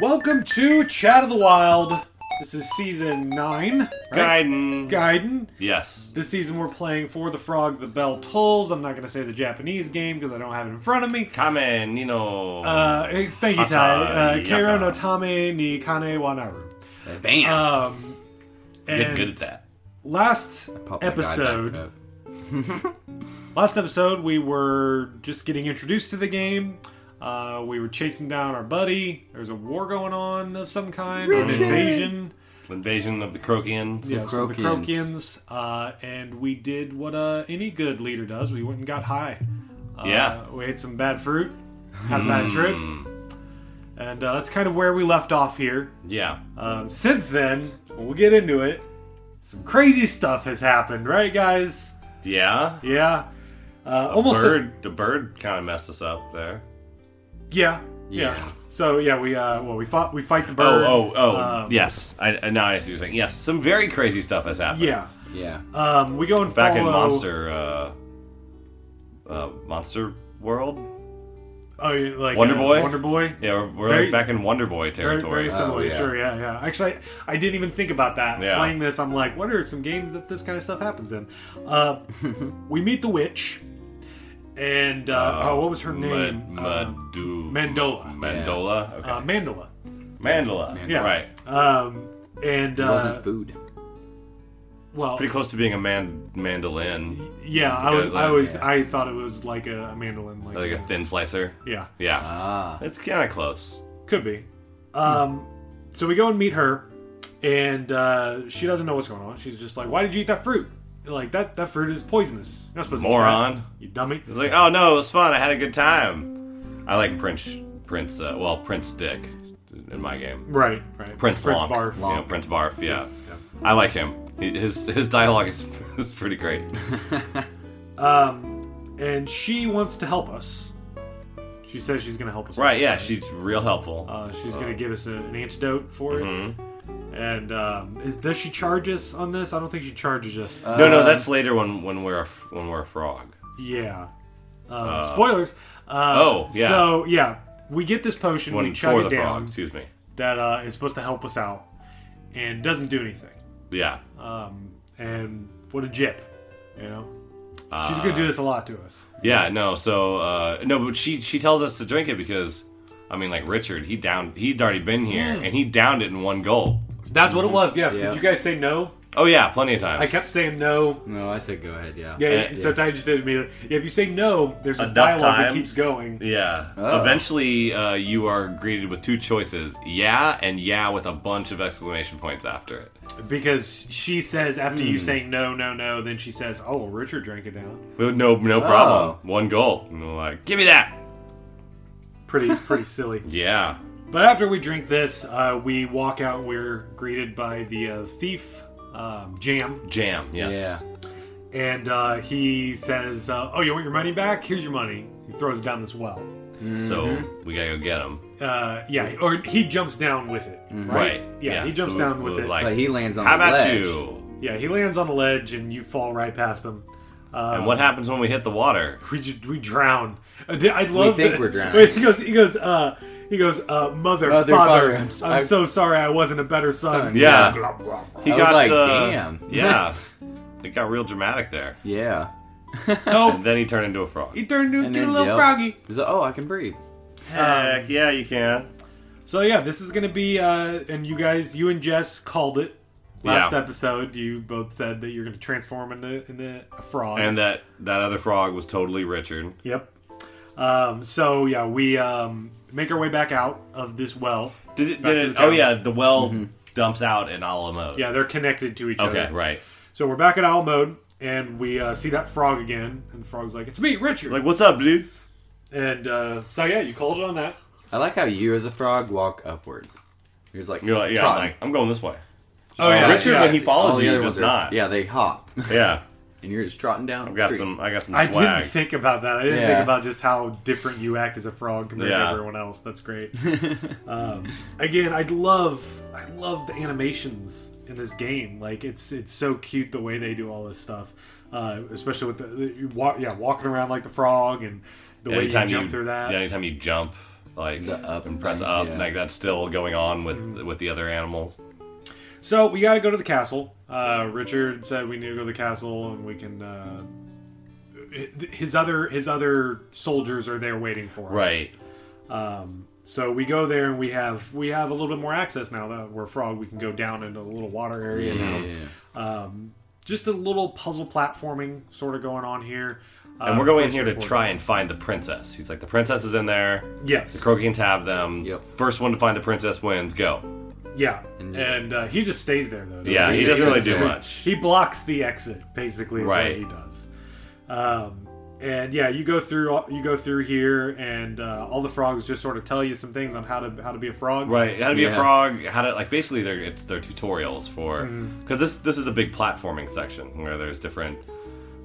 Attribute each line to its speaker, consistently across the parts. Speaker 1: Welcome to Chat of the Wild. This is season nine. Right?
Speaker 2: Gaiden.
Speaker 1: Gaiden.
Speaker 2: Yes.
Speaker 1: This season we're playing For the Frog, The Bell Tolls. I'm not going to say the Japanese game because I don't have it in front of me.
Speaker 2: Kamen, you know.
Speaker 1: Uh, it's- thank you,
Speaker 2: Hatai
Speaker 1: Ty. Uh, Keiro no
Speaker 2: Yaka.
Speaker 1: Tame ni Kane wa Naru.
Speaker 3: Bam.
Speaker 2: Uh,
Speaker 1: Um,
Speaker 2: Get
Speaker 1: and
Speaker 2: good at that.
Speaker 1: Last
Speaker 3: Pop that guy back
Speaker 1: episode,
Speaker 3: up.
Speaker 1: last episode, we were just getting introduced to the game. Uh, we were chasing down our buddy. There's a war going on of some kind, or an invasion.
Speaker 2: Invasion of the Krokians.
Speaker 1: Yes, the Krokians.
Speaker 3: Krokians.
Speaker 1: uh, and we did what uh, any good leader does. We went and got high. Uh,
Speaker 2: Yeah. Hmm.
Speaker 1: We ate some bad fruit, had a bad trip. And uh, that's kind of where we left off here.
Speaker 2: Yeah.
Speaker 1: Um, since then, we'll get into it. Some crazy stuff has happened, right, guys?
Speaker 2: Yeah.
Speaker 1: Yeah. Uh, almost a-
Speaker 2: Bird. The bird kind of messed us up there.
Speaker 1: yeah, yeah.
Speaker 3: Yeah.
Speaker 1: So yeah, we uh, well, we fought, we fight the bird.
Speaker 2: Oh, oh, oh.
Speaker 1: Um,
Speaker 2: yes. I, I- now I see what you're saying. Yes. Some very crazy stuff has happened.
Speaker 1: yeah.
Speaker 3: Yeah.
Speaker 2: Uh,
Speaker 1: Um, we go and
Speaker 2: Back in
Speaker 1: follow-
Speaker 2: Monster. Uh, uh, Monster World.
Speaker 1: Oh, yeah, like
Speaker 2: Wonder
Speaker 1: uh,
Speaker 2: Boy?
Speaker 1: Wonder Boy.
Speaker 2: Yeah, we're, we're
Speaker 1: Very-
Speaker 2: like back in Wonder Boy
Speaker 1: Very,
Speaker 2: territory.
Speaker 1: very similar.
Speaker 3: yeah.
Speaker 1: Sure, yeah, yeah. Actually, I, I didn't even think about that.
Speaker 2: Oh, Yeah.
Speaker 1: Playing this, I'm like, what are some games that this kind of stuff happens in? Uh, we meet the witch, and uh, oh, what was her name?
Speaker 2: Ma-
Speaker 1: Uh,
Speaker 2: Madu-
Speaker 1: Mandola.
Speaker 2: Mandola. Okay.
Speaker 1: uh, Mandela.
Speaker 2: Mandola.
Speaker 1: yeah.
Speaker 2: Right.
Speaker 1: Um, and
Speaker 3: It
Speaker 1: uh,
Speaker 3: wasn't food.
Speaker 1: well,
Speaker 2: Pretty close to being a man mandolin,
Speaker 1: yeah, I was,
Speaker 2: Good,
Speaker 1: I
Speaker 2: like,
Speaker 1: was, I thought it was like a, a mandolin, like,
Speaker 2: like a thin slicer.
Speaker 1: yeah,
Speaker 2: Yeah.
Speaker 1: Ah.
Speaker 2: It's kind of close.
Speaker 1: could be. Um, so we go and meet her, and uh, she doesn't know what's going on. She's just like, why did you eat that fruit? Like that, that fruit is poisonous. You're not supposed to eat
Speaker 2: Moron.
Speaker 1: that, you dummy.
Speaker 2: It's like, oh no, it was fun. I had a good time. I like Prince, Prince, uh, well, Prince Dick in my game.
Speaker 1: Right, right.
Speaker 2: Prince,
Speaker 1: Prince
Speaker 2: Lonk.
Speaker 1: Barf.
Speaker 2: You know, Prince Barf, yeah. I like him. He- His his dialogue is, is pretty great.
Speaker 1: Um, and she wants to help us. She says she's going to help us.
Speaker 2: right, yeah, she's real helpful.
Speaker 1: Uh, she's going to give us a, an antidote for
Speaker 2: Mm-hmm.
Speaker 1: it. And um, is, does she charge us on this? I don't think she charges us.
Speaker 2: no, no, that's later when, when we're a, f- when we're a frog.
Speaker 1: yeah. Uh, spoilers. Uh,
Speaker 2: oh, yeah.
Speaker 1: So yeah, we get this potion. we
Speaker 2: When
Speaker 1: chug
Speaker 2: for
Speaker 1: it
Speaker 2: the frog,
Speaker 1: down.
Speaker 2: excuse me.
Speaker 1: that uh, is supposed to help us out, and doesn't do anything.
Speaker 2: Yeah.
Speaker 1: Um, and what a jip, you know. She's going to do this a lot to us.
Speaker 2: Yeah, no. So uh, no, but she she tells us to drink it because I mean, like Richard, he downed he'd already been here and he downed it in one gulp.
Speaker 1: That's what it was. Yes.
Speaker 3: Yeah.
Speaker 1: Did you guys say no?
Speaker 2: Oh yeah, plenty of times.
Speaker 1: I kept saying no.
Speaker 3: No, I said go ahead. Yeah.
Speaker 1: Yeah,
Speaker 2: Eh,
Speaker 1: yeah. sometimes you just did it immediately. Yeah, if you say no, there's a dialogue that keeps going.
Speaker 2: Yeah.
Speaker 3: Oh.
Speaker 2: Eventually, uh, you are greeted with two choices: yeah and yeah, with a bunch of exclamation points after it.
Speaker 1: Because she says, after you saying no, no, no, then she says, oh, Richard drank it down.
Speaker 2: Well, No, no problem. One gulp, and we're like, "Give me that."
Speaker 1: Pretty, pretty silly.
Speaker 2: Yeah.
Speaker 1: But after we drink this, uh, we walk out. We're greeted by the uh, thief, um, Jam.
Speaker 2: Jam.
Speaker 3: Yeah.
Speaker 2: Yes.
Speaker 1: And uh, he says, uh, oh, you want your money back? Here's your money. He throws it down this well.
Speaker 2: So we gotta go get him.
Speaker 1: Uh, yeah, or he jumps down with it.
Speaker 3: Mm-hmm.
Speaker 2: Right.
Speaker 1: Yeah, he jumps
Speaker 2: so
Speaker 1: down
Speaker 2: we-
Speaker 1: with
Speaker 2: we're
Speaker 1: it.
Speaker 2: Like,
Speaker 3: But he lands on
Speaker 2: how
Speaker 3: the
Speaker 2: about
Speaker 3: ledge.
Speaker 2: you?
Speaker 1: Yeah, he lands on a ledge and you fall right past him. Uh,
Speaker 2: And what happens when we hit the water?
Speaker 1: we ju- we drown. Uh, I did- I'd love.
Speaker 3: think
Speaker 1: that-
Speaker 3: we're drowning.
Speaker 1: Wait, he goes. He goes. Uh, he goes. Uh, mother, father.
Speaker 3: Mother, father, I'm
Speaker 1: I'm,
Speaker 3: so- I-
Speaker 1: so sorry. I wasn't a better son.
Speaker 3: Son,
Speaker 2: Yeah. He
Speaker 3: I was
Speaker 2: got.
Speaker 3: like,
Speaker 2: uh,
Speaker 3: damn.
Speaker 2: Yeah. it got real dramatic there.
Speaker 3: Yeah.
Speaker 1: No,
Speaker 2: And then he turned into a frog.
Speaker 1: he turned into
Speaker 3: And
Speaker 1: a
Speaker 3: then,
Speaker 1: little
Speaker 3: yep.
Speaker 1: froggy.
Speaker 3: He's like, oh, I can breathe.
Speaker 2: Heck yeah, you can.
Speaker 1: So yeah, this is gonna be. Uh, and you guys, you and Jess called it last
Speaker 2: Yeah.
Speaker 1: episode. You both said that you're gonna transform into into a frog.
Speaker 2: And that that other frog was totally Richard.
Speaker 1: yep. Um, so yeah, we um, make our way back out of this well.
Speaker 2: Did it,
Speaker 1: Back
Speaker 2: did
Speaker 1: to
Speaker 2: it,
Speaker 1: the
Speaker 2: oh
Speaker 1: town.
Speaker 3: Mm-hmm.
Speaker 2: yeah, the well dumps out in Alamo.
Speaker 1: Yeah, they're connected to each
Speaker 2: Okay,
Speaker 1: other.
Speaker 2: right.
Speaker 1: So we're back at owl mode, and we uh, see that frog again, and the frog's like, "It's me, Richard."
Speaker 2: Like, what's up, dude?
Speaker 1: and uh, so yeah, you called it on that.
Speaker 3: I like how you, as a frog, walk upward. You're just like,
Speaker 2: You're like, yeah, I'm
Speaker 3: trot.
Speaker 2: like, I'm going this way.
Speaker 1: Oh
Speaker 2: yeah,
Speaker 3: Right,
Speaker 2: Richard,
Speaker 3: yeah.
Speaker 2: when he follows
Speaker 3: All the
Speaker 2: you,
Speaker 3: other
Speaker 2: does
Speaker 3: ones are-
Speaker 2: not.
Speaker 3: Yeah, they hop,
Speaker 2: Yeah,
Speaker 3: and you're just trotting down.
Speaker 2: I've got
Speaker 3: the street.
Speaker 2: some. I got some
Speaker 1: I
Speaker 2: swag.
Speaker 1: didn't think about that. I didn't
Speaker 3: Yeah.
Speaker 1: think about just how different you act as a frog compared to
Speaker 2: Yeah.
Speaker 1: everyone else. That's great. um, again, I love I love the animations in this game. Like it's it's so cute the way they do all this stuff, uh, especially with the, the you walk, yeah walking around like the frog and the way you
Speaker 2: anytime
Speaker 1: jump through that.
Speaker 2: Yeah, anytime you jump, like
Speaker 3: The up
Speaker 2: and press
Speaker 3: thing,
Speaker 2: up,
Speaker 3: yeah.
Speaker 2: like that's still going on with with the other animals.
Speaker 1: So we got to go to the castle. Uh, Richard said we need to go to the castle and we can. Uh, his other his other soldiers are there waiting for us.
Speaker 2: Right.
Speaker 1: Um, so we go there and we have we have a little bit more access now that we're frog. We can go down into a little water area
Speaker 3: Yeah,
Speaker 2: Mm-hmm.
Speaker 1: now.
Speaker 3: yeah, yeah.
Speaker 1: Um, just a little puzzle platforming sort of going on here. Uh,
Speaker 2: And we're going in here to try and find the princess. He's like, the princess is in there.
Speaker 1: Yes.
Speaker 2: The croaky can tab them.
Speaker 3: Yep.
Speaker 2: First one to find the princess wins. Go.
Speaker 1: Yeah. And uh, he just stays there though. doesn't
Speaker 2: Yeah,
Speaker 1: he?
Speaker 2: he doesn't really do
Speaker 3: Yeah.
Speaker 2: much.
Speaker 1: He blocks the exit basically. Is
Speaker 2: Right.
Speaker 1: What he does. Um, and yeah, you go through all- you go through here, and uh, all the frogs just sort of tell you some things on how to how to be a frog.
Speaker 2: Right, how to be a
Speaker 3: Yeah.
Speaker 2: frog, how to like basically they're it's their tutorials for
Speaker 1: Mm-hmm.
Speaker 2: because this this is a big platforming section where there's different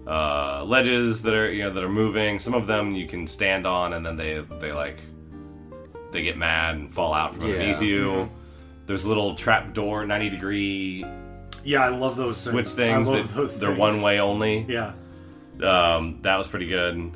Speaker 2: uh, ledges that are you know that are moving. Some of them you can stand on, and then they they like they get mad and fall out from
Speaker 3: Yeah.
Speaker 2: underneath you.
Speaker 1: Mm-hmm.
Speaker 2: There's a little trap door, ninety degree
Speaker 1: Yeah, I love those
Speaker 2: switch
Speaker 1: things.
Speaker 2: things.
Speaker 1: I
Speaker 2: That,
Speaker 1: love those
Speaker 2: they're
Speaker 1: things.
Speaker 2: one way only.
Speaker 1: Yeah.
Speaker 2: Um, that was pretty good.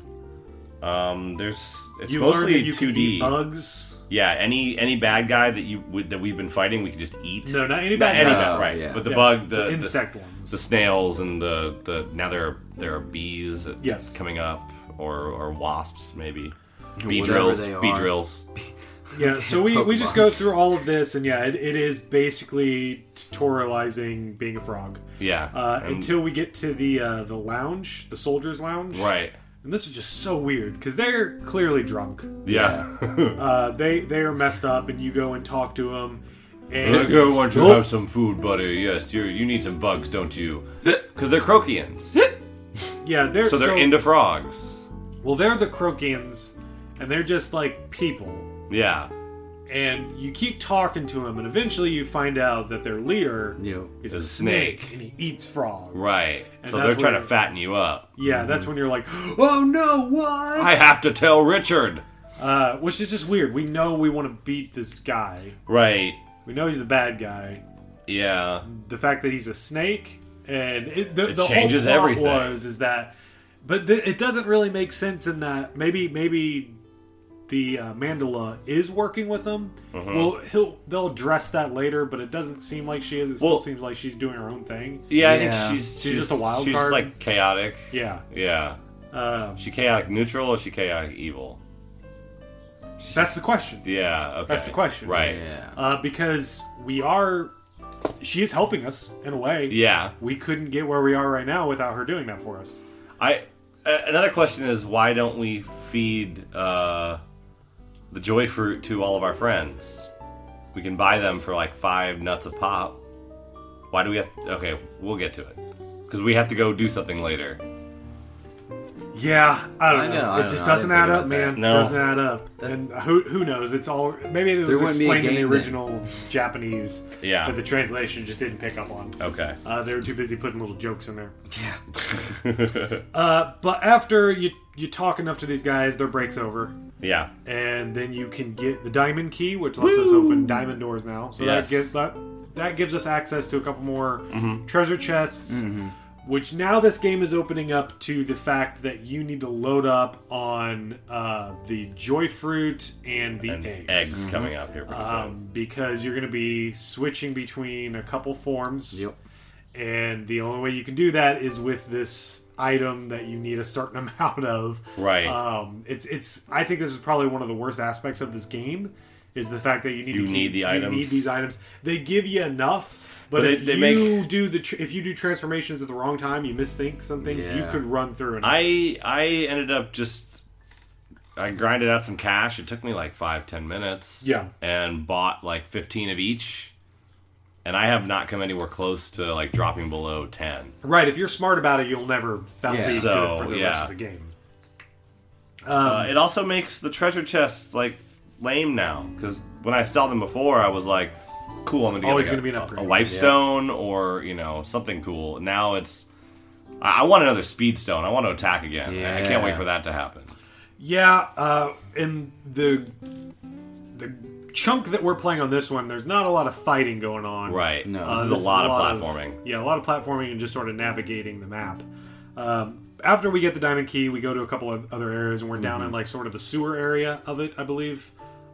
Speaker 2: Um, there's it's
Speaker 1: you learn that
Speaker 2: mostly
Speaker 1: you
Speaker 2: two
Speaker 1: can
Speaker 2: D.
Speaker 1: eat bugs.
Speaker 2: Yeah, any any bad guy that you would that we've been fighting, we can just eat.
Speaker 1: No, not any
Speaker 2: Not
Speaker 1: bad
Speaker 2: any
Speaker 1: guy.
Speaker 2: bad,
Speaker 3: Oh,
Speaker 2: right?
Speaker 3: yeah.
Speaker 2: But the
Speaker 1: Yeah,
Speaker 2: bug, the,
Speaker 1: the
Speaker 2: the-
Speaker 1: insect ones.
Speaker 2: the snails, and the the now there are there are bees
Speaker 1: Yes.
Speaker 2: coming up, or or wasps maybe. Bee
Speaker 3: Whatever
Speaker 2: drills,
Speaker 3: they
Speaker 2: bee
Speaker 3: are.
Speaker 2: drills.
Speaker 1: Yeah, so we, we just
Speaker 3: Pokemon.
Speaker 1: go through all of this, and yeah, it, it is basically tutorializing being a frog.
Speaker 2: Yeah,
Speaker 1: Uh,
Speaker 2: and-
Speaker 1: until we get to the uh, the lounge, the soldiers' lounge.
Speaker 2: right.
Speaker 1: And this is just so weird because they're clearly drunk.
Speaker 2: Yeah.
Speaker 1: Uh, they they are messed up, and you go and talk to them. And
Speaker 2: want you
Speaker 1: Nope.
Speaker 2: have some food, buddy. Yes, you you need some bugs, don't you? Because they're croquians,
Speaker 1: yeah, they're
Speaker 2: so they're into frogs.
Speaker 1: well, they're the Krokians, and they're just like people.
Speaker 2: Yeah.
Speaker 1: and you keep talking to him, and eventually you find out that their leader
Speaker 3: Yep.
Speaker 1: is
Speaker 2: A
Speaker 1: a
Speaker 2: snake.
Speaker 1: snake, and he eats frogs.
Speaker 2: Right. Mm-hmm.
Speaker 1: And
Speaker 2: so
Speaker 1: that's
Speaker 2: they're trying to
Speaker 1: where-
Speaker 2: fatten you up.
Speaker 1: Yeah, that's when you're like, oh no, what?
Speaker 2: I have to tell Richard.
Speaker 1: Uh, which is just weird. We know we want to beat this guy.
Speaker 2: Right.
Speaker 1: We know he's the bad guy.
Speaker 2: Yeah.
Speaker 1: The fact that he's a snake, and it, the,
Speaker 2: It
Speaker 1: the
Speaker 2: changes
Speaker 1: whole plot
Speaker 2: everything.
Speaker 1: was is that, but th- it doesn't really make sense in that maybe maybe the uh, Mandala is working with him.
Speaker 2: Mm-hmm.
Speaker 1: Well, he'll they'll address that later, but it doesn't seem like she is. It
Speaker 2: Well-
Speaker 1: still seems like she's doing her own thing.
Speaker 2: Yeah, I think
Speaker 3: Yeah.
Speaker 2: she's
Speaker 1: She's just a wild
Speaker 2: she's
Speaker 1: card?
Speaker 2: like chaotic.
Speaker 1: Yeah.
Speaker 2: Yeah.
Speaker 1: Um,
Speaker 2: She chaotic neutral or she chaotic evil?
Speaker 1: that's the question.
Speaker 2: Yeah, okay.
Speaker 1: That's the question.
Speaker 2: Right. Yeah.
Speaker 3: Yeah.
Speaker 1: Uh, because we are, she is helping us in a way. We couldn't get where we are right now without her doing that for us.
Speaker 2: I a- another question is why don't we feed uh the joy fruit to all of our friends? We can buy them for like 5 nuts a pop. Why do we have Okay, we'll get to it. Cuz we have to go do something later.
Speaker 1: Yeah, I don't
Speaker 3: I
Speaker 1: know.
Speaker 3: know, I
Speaker 1: it
Speaker 3: don't
Speaker 1: just
Speaker 3: know. I
Speaker 1: doesn't
Speaker 3: didn't
Speaker 1: add
Speaker 3: think
Speaker 1: up,
Speaker 3: about
Speaker 1: man.
Speaker 3: that.
Speaker 2: No.
Speaker 1: Doesn't add up. And who who knows? It's all maybe it was
Speaker 3: There wouldn't be a
Speaker 1: explained in the
Speaker 3: game then.
Speaker 1: original Japanese,
Speaker 2: Yeah.
Speaker 1: but the translation just didn't pick up on.
Speaker 2: Okay.
Speaker 1: Uh, they were too busy putting little jokes in there. Uh,
Speaker 3: yeah.
Speaker 1: But after you you talk enough to these guys, their break's over,
Speaker 2: Yeah.
Speaker 1: and then you can get the diamond key, which lets us open diamond doors now. So that
Speaker 2: Yes. Mm-hmm.
Speaker 1: gives that that gives us access to a couple more treasure chests. Which now this game is opening up to the fact that you need to load up on uh, the joy fruit and the
Speaker 2: And
Speaker 1: eggs, Mm-hmm.
Speaker 2: eggs coming up here pretty soon.
Speaker 1: Um, because you're going to be switching between a couple forms.
Speaker 3: Yep.
Speaker 1: And the only way you can do that is with this item that you need a certain amount of.
Speaker 2: Right.
Speaker 1: Um, it's it's. I think this is probably one of the worst aspects of this game is the fact that you need
Speaker 2: You
Speaker 1: to keep-
Speaker 2: need the
Speaker 1: you
Speaker 2: items.
Speaker 1: need these items. They give you enough, but,
Speaker 2: But
Speaker 1: if
Speaker 2: they-
Speaker 1: you
Speaker 2: they make-
Speaker 1: do the tr- if you do transformations at the wrong time, you misthink something. You
Speaker 3: Yeah.
Speaker 1: could run through and
Speaker 2: I I ended up just I grinded out some cash. It took me like five ten minutes.
Speaker 1: Yeah.
Speaker 2: and bought like fifteen of each, and I have not come anywhere close to like dropping below ten.
Speaker 1: Right. If you're smart about it, you'll never. That'll
Speaker 3: Yeah.
Speaker 1: be
Speaker 2: So,
Speaker 1: good for the
Speaker 2: yeah.
Speaker 1: rest of the game. Hmm.
Speaker 2: Uh, it also makes the treasure chest like lame now because when I saw them before, I was like, "Cool, I'm gonna get
Speaker 1: always
Speaker 2: like,
Speaker 1: gonna be an
Speaker 2: a,
Speaker 1: upgrade.
Speaker 2: a life stone or you know something cool." Now it's I, I want another speed stone. I want to attack again. I- I can't wait
Speaker 3: Yeah.
Speaker 2: for that to happen.
Speaker 1: Yeah, uh, and the the chunk that we're playing on this one, there's not a lot of fighting going on.
Speaker 2: Right.
Speaker 3: No.
Speaker 2: this
Speaker 1: Uh,
Speaker 2: is a lot of platforming.
Speaker 1: yeah, a lot of platforming and just sort of navigating the map. Um, after we get the diamond key, we go to a couple of other areas, and we're down
Speaker 2: Mm-hmm.
Speaker 1: in like sort of the sewer area of it, I believe.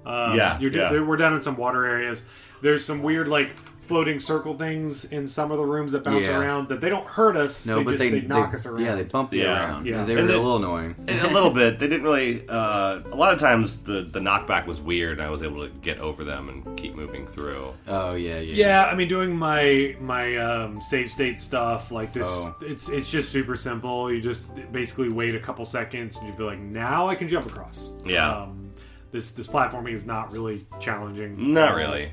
Speaker 1: Um,
Speaker 2: Yeah,
Speaker 1: you're, d-
Speaker 2: yeah.
Speaker 1: there- We're down in some water areas. There's some weird like floating circle things in some of the rooms that bounce
Speaker 3: Yeah.
Speaker 1: around that they don't hurt us.
Speaker 3: No,
Speaker 1: they
Speaker 3: but
Speaker 1: just,
Speaker 3: they,
Speaker 1: they, knock
Speaker 3: they-
Speaker 1: us around.
Speaker 3: Yeah, they bump you
Speaker 2: Yeah.
Speaker 3: around.
Speaker 1: Yeah.
Speaker 3: Yeah, they were
Speaker 2: And
Speaker 3: a
Speaker 2: then-
Speaker 3: little annoying.
Speaker 2: a little bit. They didn't really. Uh, a lot of times, the the knockback was weird, and I was able to get over them and keep moving through.
Speaker 3: Oh yeah, yeah.
Speaker 1: Yeah, I mean, doing my my um, save state stuff like this,
Speaker 3: Oh.
Speaker 1: it's it's just super simple. You just basically wait a couple seconds, and you'd be like, now I can jump across.
Speaker 2: Yeah.
Speaker 1: Um, this this platforming is not really challenging.
Speaker 2: Not really,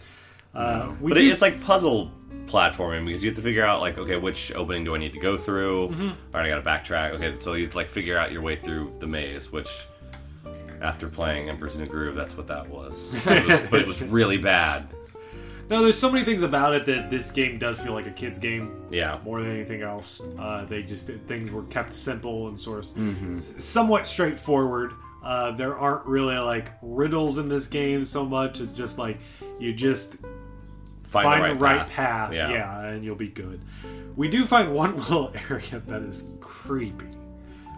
Speaker 1: Uh, we
Speaker 2: but
Speaker 1: do-
Speaker 2: it, it's like puzzle platforming because you have to figure out like, okay, which opening do I need to go through? All right, I got to backtrack. Okay, so you like figure out your way through the maze, which. After playing Emperor's New Groove, that's what that was. It was- but it was really bad.
Speaker 1: no, there's so many things about it that this game does feel like a kid's game.
Speaker 2: Yeah.
Speaker 1: More than anything else, uh, they just things were kept simple and sort of
Speaker 2: Mm-hmm.
Speaker 1: s- somewhat straightforward. Uh, there aren't really like riddles in this game so much. It's just like you just
Speaker 2: Find,
Speaker 1: find,
Speaker 2: the right,
Speaker 1: path. Yeah. and you'll be good. We do find one little area that is creepy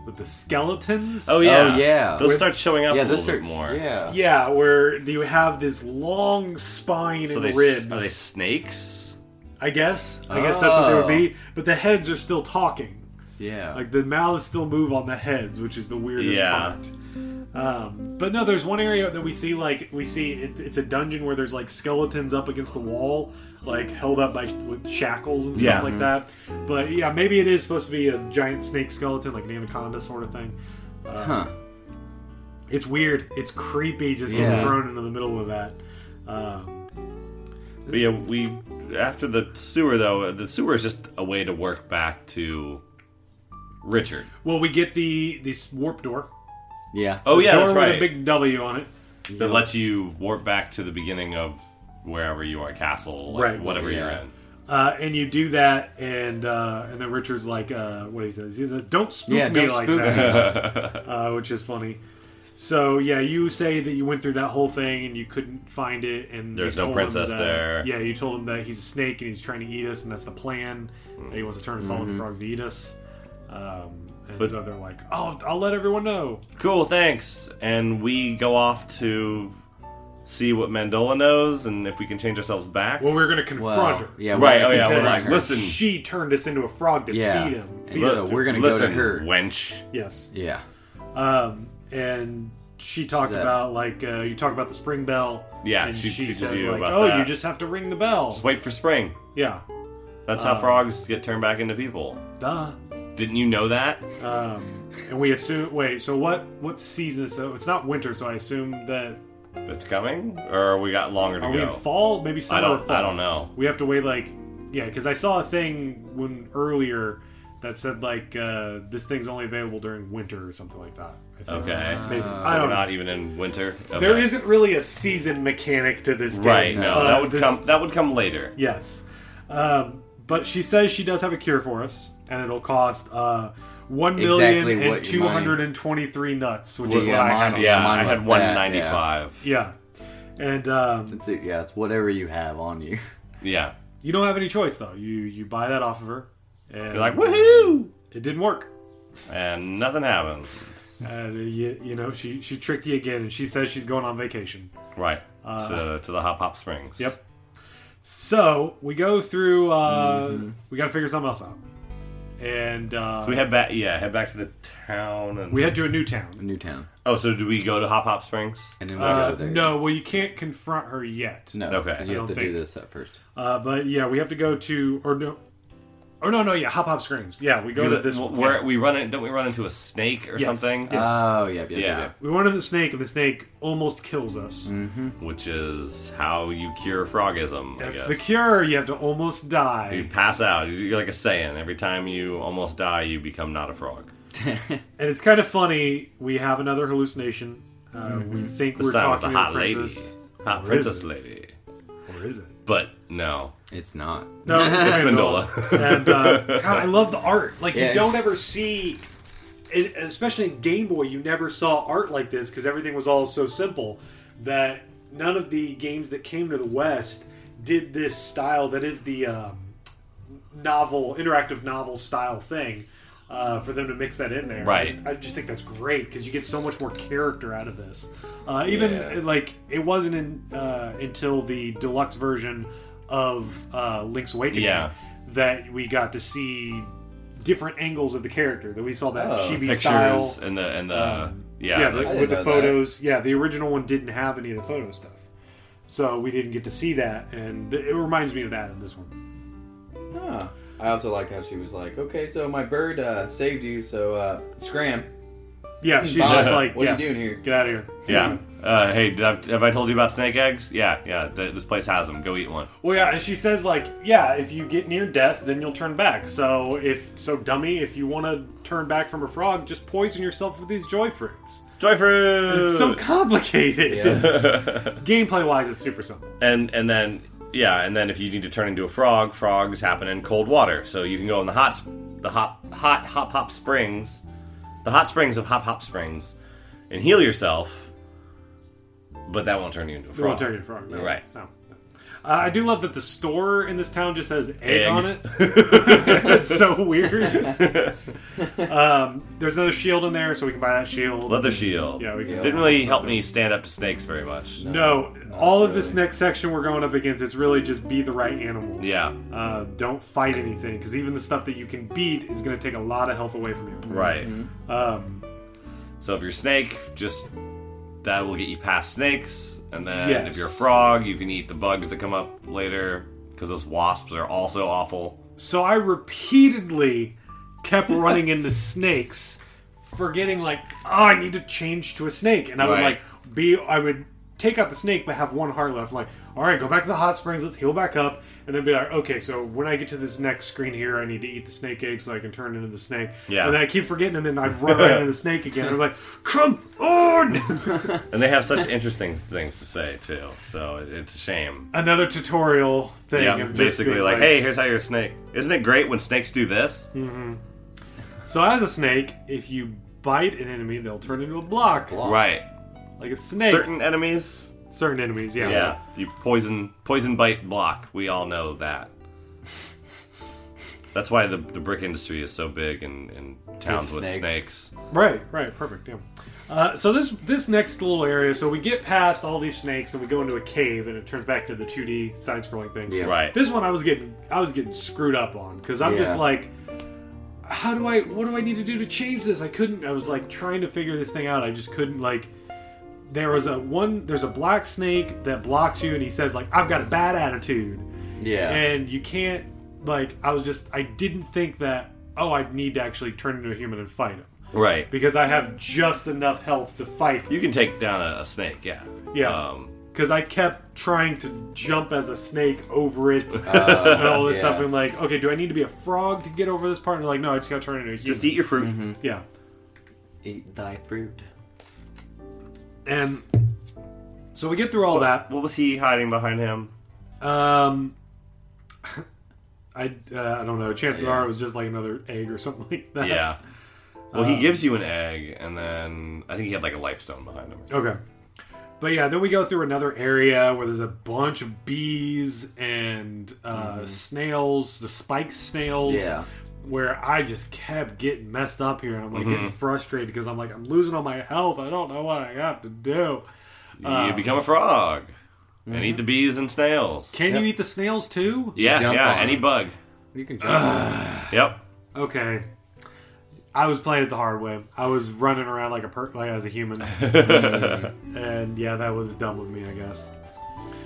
Speaker 1: with the skeletons.
Speaker 2: Oh yeah.
Speaker 3: yeah.
Speaker 2: Those
Speaker 3: With-
Speaker 2: start showing up a
Speaker 3: Yeah,
Speaker 2: little
Speaker 3: those are
Speaker 2: bit more.
Speaker 3: Yeah.
Speaker 1: yeah, where you have this long spine
Speaker 2: So
Speaker 1: and
Speaker 2: they
Speaker 1: ribs.
Speaker 2: are they snakes?
Speaker 1: I guess. I guess that's what they would
Speaker 3: Oh.
Speaker 1: be. But the heads are still talking.
Speaker 3: Yeah.
Speaker 1: Like the mouths still move on the heads, which is the weirdest
Speaker 2: Yeah.
Speaker 1: part. Um, but no, there's one area that we see like we see it, it's a dungeon where there's like skeletons up against the wall, like held up by with shackles and stuff
Speaker 2: Yeah.
Speaker 1: like that. But yeah, maybe it is supposed to be a giant snake skeleton, like an anaconda sort of thing. Uh,
Speaker 3: huh.
Speaker 1: It's weird. It's creepy just
Speaker 3: Yeah.
Speaker 1: getting thrown into the middle of that. Um,
Speaker 2: But yeah, we after the sewer though. The sewer is just a way to work back to Richard.
Speaker 1: well, we get the this warp door.
Speaker 3: Yeah.
Speaker 2: Oh yeah,
Speaker 1: door
Speaker 2: that's
Speaker 1: with
Speaker 2: right.
Speaker 1: a big W on it.
Speaker 2: that lets you warp back to the beginning of wherever you are, castle, like,
Speaker 1: Right.
Speaker 2: Whatever
Speaker 3: Yeah.
Speaker 2: you're in.
Speaker 1: Uh, and you do that, and uh, and then Richard's like, uh, what he says, he says, "Don't spook
Speaker 3: Yeah,
Speaker 1: me
Speaker 3: don't
Speaker 1: like
Speaker 3: spook
Speaker 1: that," uh, which is funny. So yeah, you say that you went through that whole thing and you couldn't find it, and you
Speaker 2: There's no
Speaker 1: told him
Speaker 2: princess
Speaker 1: that-
Speaker 2: there.
Speaker 1: Yeah, you told him that he's a snake and he's trying to eat us, and that's the plan. That he wants to turn us all into
Speaker 3: Mm-hmm.
Speaker 1: frogs to eat us. Um, and so they're like, "I'll I'll let everyone know."
Speaker 2: Cool, thanks. And we go off to see what Mandola knows and if we can change ourselves back.
Speaker 1: Well, we're gonna confront
Speaker 3: Well,
Speaker 1: her.
Speaker 3: yeah.
Speaker 2: Right,
Speaker 3: we're
Speaker 2: oh, yeah,
Speaker 3: gonna
Speaker 2: we're
Speaker 3: confront
Speaker 2: like,
Speaker 3: her.
Speaker 2: listen.
Speaker 1: she turned us into a frog to
Speaker 3: Yeah.
Speaker 1: feed him.
Speaker 3: And
Speaker 1: Feed
Speaker 3: so
Speaker 1: us to
Speaker 3: we're gonna go to
Speaker 2: listen,
Speaker 3: her.
Speaker 2: wench.
Speaker 1: yes.
Speaker 3: Yeah.
Speaker 1: Um, and she talked
Speaker 3: That-
Speaker 1: about like uh, you talk about the spring bell.
Speaker 2: Yeah,
Speaker 1: and
Speaker 2: she
Speaker 1: she,
Speaker 2: teaches
Speaker 1: says
Speaker 2: you
Speaker 1: like,
Speaker 2: about
Speaker 1: "Oh,
Speaker 2: that.
Speaker 1: you just have to ring the bell."
Speaker 2: Just wait for spring.
Speaker 1: Yeah,
Speaker 2: That's how frogs get turned back into people.
Speaker 1: duh.
Speaker 2: Didn't you know that?
Speaker 1: Um, and we assume. Wait, so what? What season is so? It's not winter, so I assume that
Speaker 2: It's coming, or we got longer to
Speaker 1: are
Speaker 2: go.
Speaker 1: we in fall? Maybe summer.
Speaker 2: I
Speaker 1: or
Speaker 2: don't.
Speaker 1: fall.
Speaker 2: I don't know.
Speaker 1: We have to wait like yeah, because I saw a thing when earlier that said like uh, this thing's only available during winter or something like that. I think.
Speaker 3: Uh,
Speaker 2: Okay. Uh,
Speaker 1: maybe
Speaker 2: So
Speaker 1: I
Speaker 2: we're
Speaker 1: don't know.
Speaker 2: not even in winter. Okay.
Speaker 1: There isn't really a season mechanic to this game.
Speaker 2: right. No,
Speaker 1: Uh,
Speaker 2: that would
Speaker 1: this-
Speaker 2: come. That would come later.
Speaker 1: Yes. Um, but she says she does have a cure for us, and it'll cost uh, one million
Speaker 3: Exactly
Speaker 1: and
Speaker 3: what your
Speaker 1: two
Speaker 3: money-
Speaker 1: hundred and twenty-three nuts, which is what
Speaker 3: Yeah,
Speaker 1: I
Speaker 3: mine-
Speaker 1: had.
Speaker 2: Yeah,
Speaker 3: Oh, mine
Speaker 2: I
Speaker 3: was
Speaker 2: had
Speaker 3: that,
Speaker 2: one ninety five.
Speaker 1: Yeah. And um,
Speaker 3: It's, yeah. It's whatever you have on you.
Speaker 2: Yeah.
Speaker 1: you don't have any choice though. You you buy that off of her, and
Speaker 2: You're like woohoo,
Speaker 1: it didn't work.
Speaker 2: and nothing happens.
Speaker 1: Uh, you, you know, she she tricked you again, and she says she's going on vacation.
Speaker 2: Right. to to the Hop Hop Springs.
Speaker 1: Uh, Yep. So we go through. Uh,
Speaker 3: Mm-hmm.
Speaker 1: We got to figure something else out, and uh,
Speaker 2: So we head back. Yeah, head back to the town. And
Speaker 1: we head to a new town.
Speaker 3: Newtown.
Speaker 2: Oh, so do we go to Hop Hop Springs?
Speaker 3: And then we
Speaker 1: Uh,
Speaker 3: go there.
Speaker 1: no, well, you can't confront her yet.
Speaker 3: No.
Speaker 2: Okay. I
Speaker 3: You
Speaker 1: don't
Speaker 3: have to do
Speaker 1: think-
Speaker 3: this at first.
Speaker 1: Uh, but yeah, we have to go to or no. Oh no, no, yeah, Hop Hop Screams. Yeah, we go to this one.
Speaker 2: where
Speaker 1: yeah.
Speaker 2: we run it, don't we run into a snake or
Speaker 1: Yes.
Speaker 2: something?
Speaker 1: Yes.
Speaker 3: Oh, yeah, yeah, yeah.
Speaker 2: Yeah.
Speaker 3: yeah.
Speaker 1: We went to the snake, and the snake almost kills us.
Speaker 2: Mm, Which is how you cure frogism. I
Speaker 1: That's
Speaker 2: guess.
Speaker 1: the cure. You have to almost
Speaker 2: You
Speaker 1: die,
Speaker 2: pass out. You're like a Saiyan. Every time you almost die, you become not a frog.
Speaker 1: and it's kind of funny. We have another hallucination. Uh, We think
Speaker 2: Mm-hmm. This
Speaker 1: we're
Speaker 2: time
Speaker 1: talking
Speaker 2: it's a
Speaker 1: to the
Speaker 2: hot lady,
Speaker 1: princess,
Speaker 2: hot
Speaker 1: Or is
Speaker 2: princess
Speaker 1: it?
Speaker 2: lady.
Speaker 1: or is it?
Speaker 2: But no,
Speaker 3: It's not.
Speaker 1: No, it's
Speaker 2: Mandola.
Speaker 1: And uh, God, I love the art. Like
Speaker 3: Yeah,
Speaker 1: you don't
Speaker 3: it's-
Speaker 1: ever see, it, especially in Game Boy, you never saw art like this because everything was all so simple that none of the games that came to the West did this style that is the um, novel, interactive novel style thing. Uh, for them to mix that in there,
Speaker 2: Right.
Speaker 1: I just think that's great because you get so much more character out of this. Uh, even
Speaker 2: Yeah.
Speaker 1: like it wasn't in, uh, until the deluxe version of uh, Link's Awakening
Speaker 2: Yeah.
Speaker 1: that we got to see different angles of the character. That we saw that
Speaker 3: Oh,
Speaker 1: chibi
Speaker 2: pictures
Speaker 1: style,
Speaker 2: and the and the
Speaker 1: Um,
Speaker 2: yeah,
Speaker 1: the-
Speaker 2: the-
Speaker 3: didn't
Speaker 1: with the
Speaker 3: know that.
Speaker 1: photos. Yeah, the original one didn't have any of the photo stuff, so we didn't get to see that. And th- it reminds me of that in this one.
Speaker 3: Huh. I also liked how she was like, okay, so my bird uh, saved you, so uh, scram.
Speaker 1: Yeah, she's
Speaker 3: Bye.
Speaker 1: just like,
Speaker 3: What are
Speaker 1: yeah,
Speaker 3: you doing here?
Speaker 1: Get out of here.
Speaker 2: yeah. Uh, hey, did I, have I told you about snake eggs? Yeah, yeah. Th- this place has them. Go eat one.
Speaker 1: Well, yeah, and she says like, yeah, if you get near death, then you'll turn back. So if so, dummy, if you want to turn back from a frog, just poison yourself with these joy fruits.
Speaker 2: Joy fruit.
Speaker 1: It's so complicated. Gameplay wise, it's super simple.
Speaker 2: and and then yeah, and then if you need to turn into a frog, frogs happen in cold water. So you can go in the hot, sp- the hot, hot hop hop springs, the hot springs of hop hop springs, and heal yourself. But that won't turn you into a
Speaker 1: It
Speaker 2: frog.
Speaker 1: won't turn you into a frog. No.
Speaker 2: Right.
Speaker 1: No. no. Uh, I do love that the store in this town just has egg,
Speaker 2: Egg.
Speaker 1: on it. That's so weird. um, there's another shield in there, so we can buy that shield.
Speaker 2: Leather shield.
Speaker 1: yeah, we can.
Speaker 2: Didn't really help me stand up to snakes very much.
Speaker 1: No, all of this
Speaker 3: really.
Speaker 1: next section we're going up against, it's really just be the right animal.
Speaker 2: Yeah.
Speaker 1: Uh, don't fight anything, because even the stuff that you can beat is going to take a lot of health away from you.
Speaker 2: Right.
Speaker 1: Mm-hmm.
Speaker 2: Um, so if you're a snake, just that will get you past snakes, and then
Speaker 1: Yes.
Speaker 2: if you're a frog, you can eat the bugs that come up later because those wasps are also awful.
Speaker 1: So I repeatedly kept running into snakes, forgetting like, oh, I need to change to a snake, and I would
Speaker 2: Right.
Speaker 1: like be, I would take out the snake but have one heart left. Like, all right, go back to the hot springs, let's heal back up, and then be like, okay, so when I get to this next screen here, I need to eat the snake egg so I can turn into the snake.
Speaker 2: Yeah.
Speaker 1: and then I keep forgetting, and then I'd run right into the snake again. And I'm like, come on!
Speaker 2: And they have such interesting things to say too. So it- it's a shame.
Speaker 1: Another tutorial thing.
Speaker 2: Yeah,
Speaker 1: of just
Speaker 2: basically
Speaker 1: being
Speaker 2: like, hey, here's how you're a snake. Isn't it great when snakes do this?
Speaker 1: Mm-hmm. So as a snake, if you bite an enemy, they'll turn into a block,
Speaker 2: Right.
Speaker 1: like a snake.
Speaker 2: Certain enemies.
Speaker 1: certain enemies. Yeah.
Speaker 2: Yeah. You poison poison bite block. We all know that. That's why the, the brick industry is so big in, in towns
Speaker 3: With
Speaker 2: with
Speaker 3: snakes.
Speaker 2: snakes.
Speaker 1: Right. Right. Perfect. Yeah. Uh, so this this next little area. So we get past all these snakes and we go into a cave and it turns back to the 2D side scrolling thing.
Speaker 3: Yeah.
Speaker 2: Right.
Speaker 1: This one I was getting I was getting screwed up on because I'm just
Speaker 3: Yeah.
Speaker 1: like, how do I? What do I need to do to change this? I couldn't. I was like trying to figure this thing out. I just couldn't like. There was a one. There's a black snake that blocks you, and he says like, "I've got a bad attitude."
Speaker 3: Yeah.
Speaker 1: and you can't like i was just i didn't think that oh i need to actually turn into a human and fight him
Speaker 2: Right.
Speaker 1: because i have just enough health to fight
Speaker 2: You can take down a, a snake, yeah.
Speaker 1: Yeah.
Speaker 2: Um,
Speaker 1: because i kept trying to jump as a snake over it
Speaker 2: Uh,
Speaker 1: and all this stuff
Speaker 3: yeah.
Speaker 1: and like okay do i need to be a frog to get over this part and like no i just gotta turn into a human
Speaker 2: just eat your fruit.
Speaker 1: yeah
Speaker 3: Eat thy fruit.
Speaker 1: and so we get through all that
Speaker 2: What was he hiding behind him?
Speaker 1: um I, uh, I don't know. Chances are it was just like another egg or something like that.
Speaker 2: Yeah. Well, he gives you an egg, and then I think he had like a lifestone behind him. or something.
Speaker 1: Okay. But yeah, then we go through another area where there's a bunch of bees and uh, snails, the spike snails.
Speaker 3: Yeah.
Speaker 1: Where I just kept getting messed up here, and I'm like getting frustrated because I'm like I'm losing all my health. I don't know what I have to do.
Speaker 2: you become a frog and eat the bees and snails.
Speaker 1: Can you eat the snails too?
Speaker 2: yeah,
Speaker 3: Jump
Speaker 2: yeah,
Speaker 3: on
Speaker 2: any
Speaker 3: it.
Speaker 2: bug.
Speaker 3: You can jump.
Speaker 2: Yep.
Speaker 1: Okay. I was playing it the hard way. I was running around like a per- like as a human, and yeah, that was dumb of me, I guess.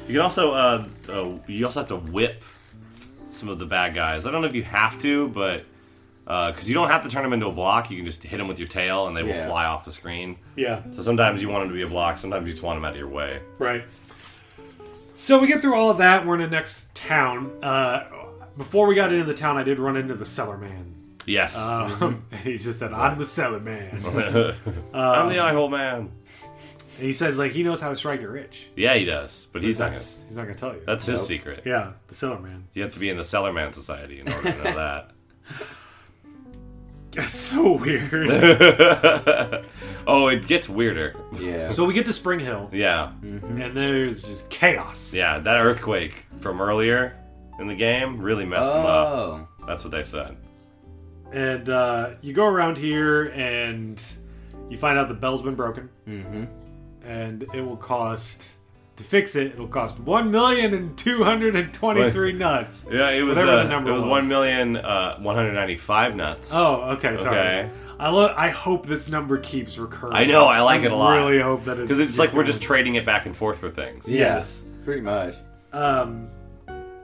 Speaker 2: You can also uh, uh you also have to whip some of the bad guys. I don't know if you have to, but because you don't have to turn them into a block, you can just hit them with your tail and they will
Speaker 3: Yeah.
Speaker 2: fly off the screen.
Speaker 1: Yeah.
Speaker 2: So sometimes you want them to be a block, sometimes you just want them out of your way.
Speaker 1: Right. So we get through all of that. We're in the next town. Uh, before we got into the town, I did run into the cellar man.
Speaker 2: Yes,
Speaker 1: Um, and he just said, "I'm the cellar man." and
Speaker 2: I'm the eye hole man.
Speaker 1: he says, like, he knows how to strike you rich.
Speaker 2: Yeah, he does, but he's not. Gonna,
Speaker 1: That's, he's not gonna tell you.
Speaker 2: that's his secret.
Speaker 1: yeah, the cellar man.
Speaker 2: You have to be in the Cellarman Society in order to know that.
Speaker 1: That's so weird.
Speaker 2: Oh, it gets weirder.
Speaker 3: Yeah.
Speaker 1: so we get to Spring Hill,
Speaker 2: Yeah,
Speaker 1: and there's just chaos.
Speaker 2: yeah. That earthquake from earlier in the game really messed him up.
Speaker 3: oh.
Speaker 2: That's what they said.
Speaker 1: And uh, you go around here, and you find out the bell's been broken, mm-hmm. and it will cost to fix it. It'll cost one million and two hundred and twenty-three nuts.
Speaker 2: Yeah, it was.
Speaker 1: Whatever
Speaker 2: Uh,
Speaker 1: the number
Speaker 2: it was
Speaker 1: was.
Speaker 2: one million uh, one hundred ninety-five nuts.
Speaker 1: Oh, okay, sorry.
Speaker 2: Okay.
Speaker 1: I lo- I hope this number keeps recurring.
Speaker 2: I know. I like it a lot.
Speaker 1: Really hope that it
Speaker 2: because it's
Speaker 1: keeps
Speaker 2: like we're
Speaker 1: going.
Speaker 2: just trading it back and forth for things.
Speaker 1: Yes.
Speaker 3: Yeah, pretty much.
Speaker 1: Um,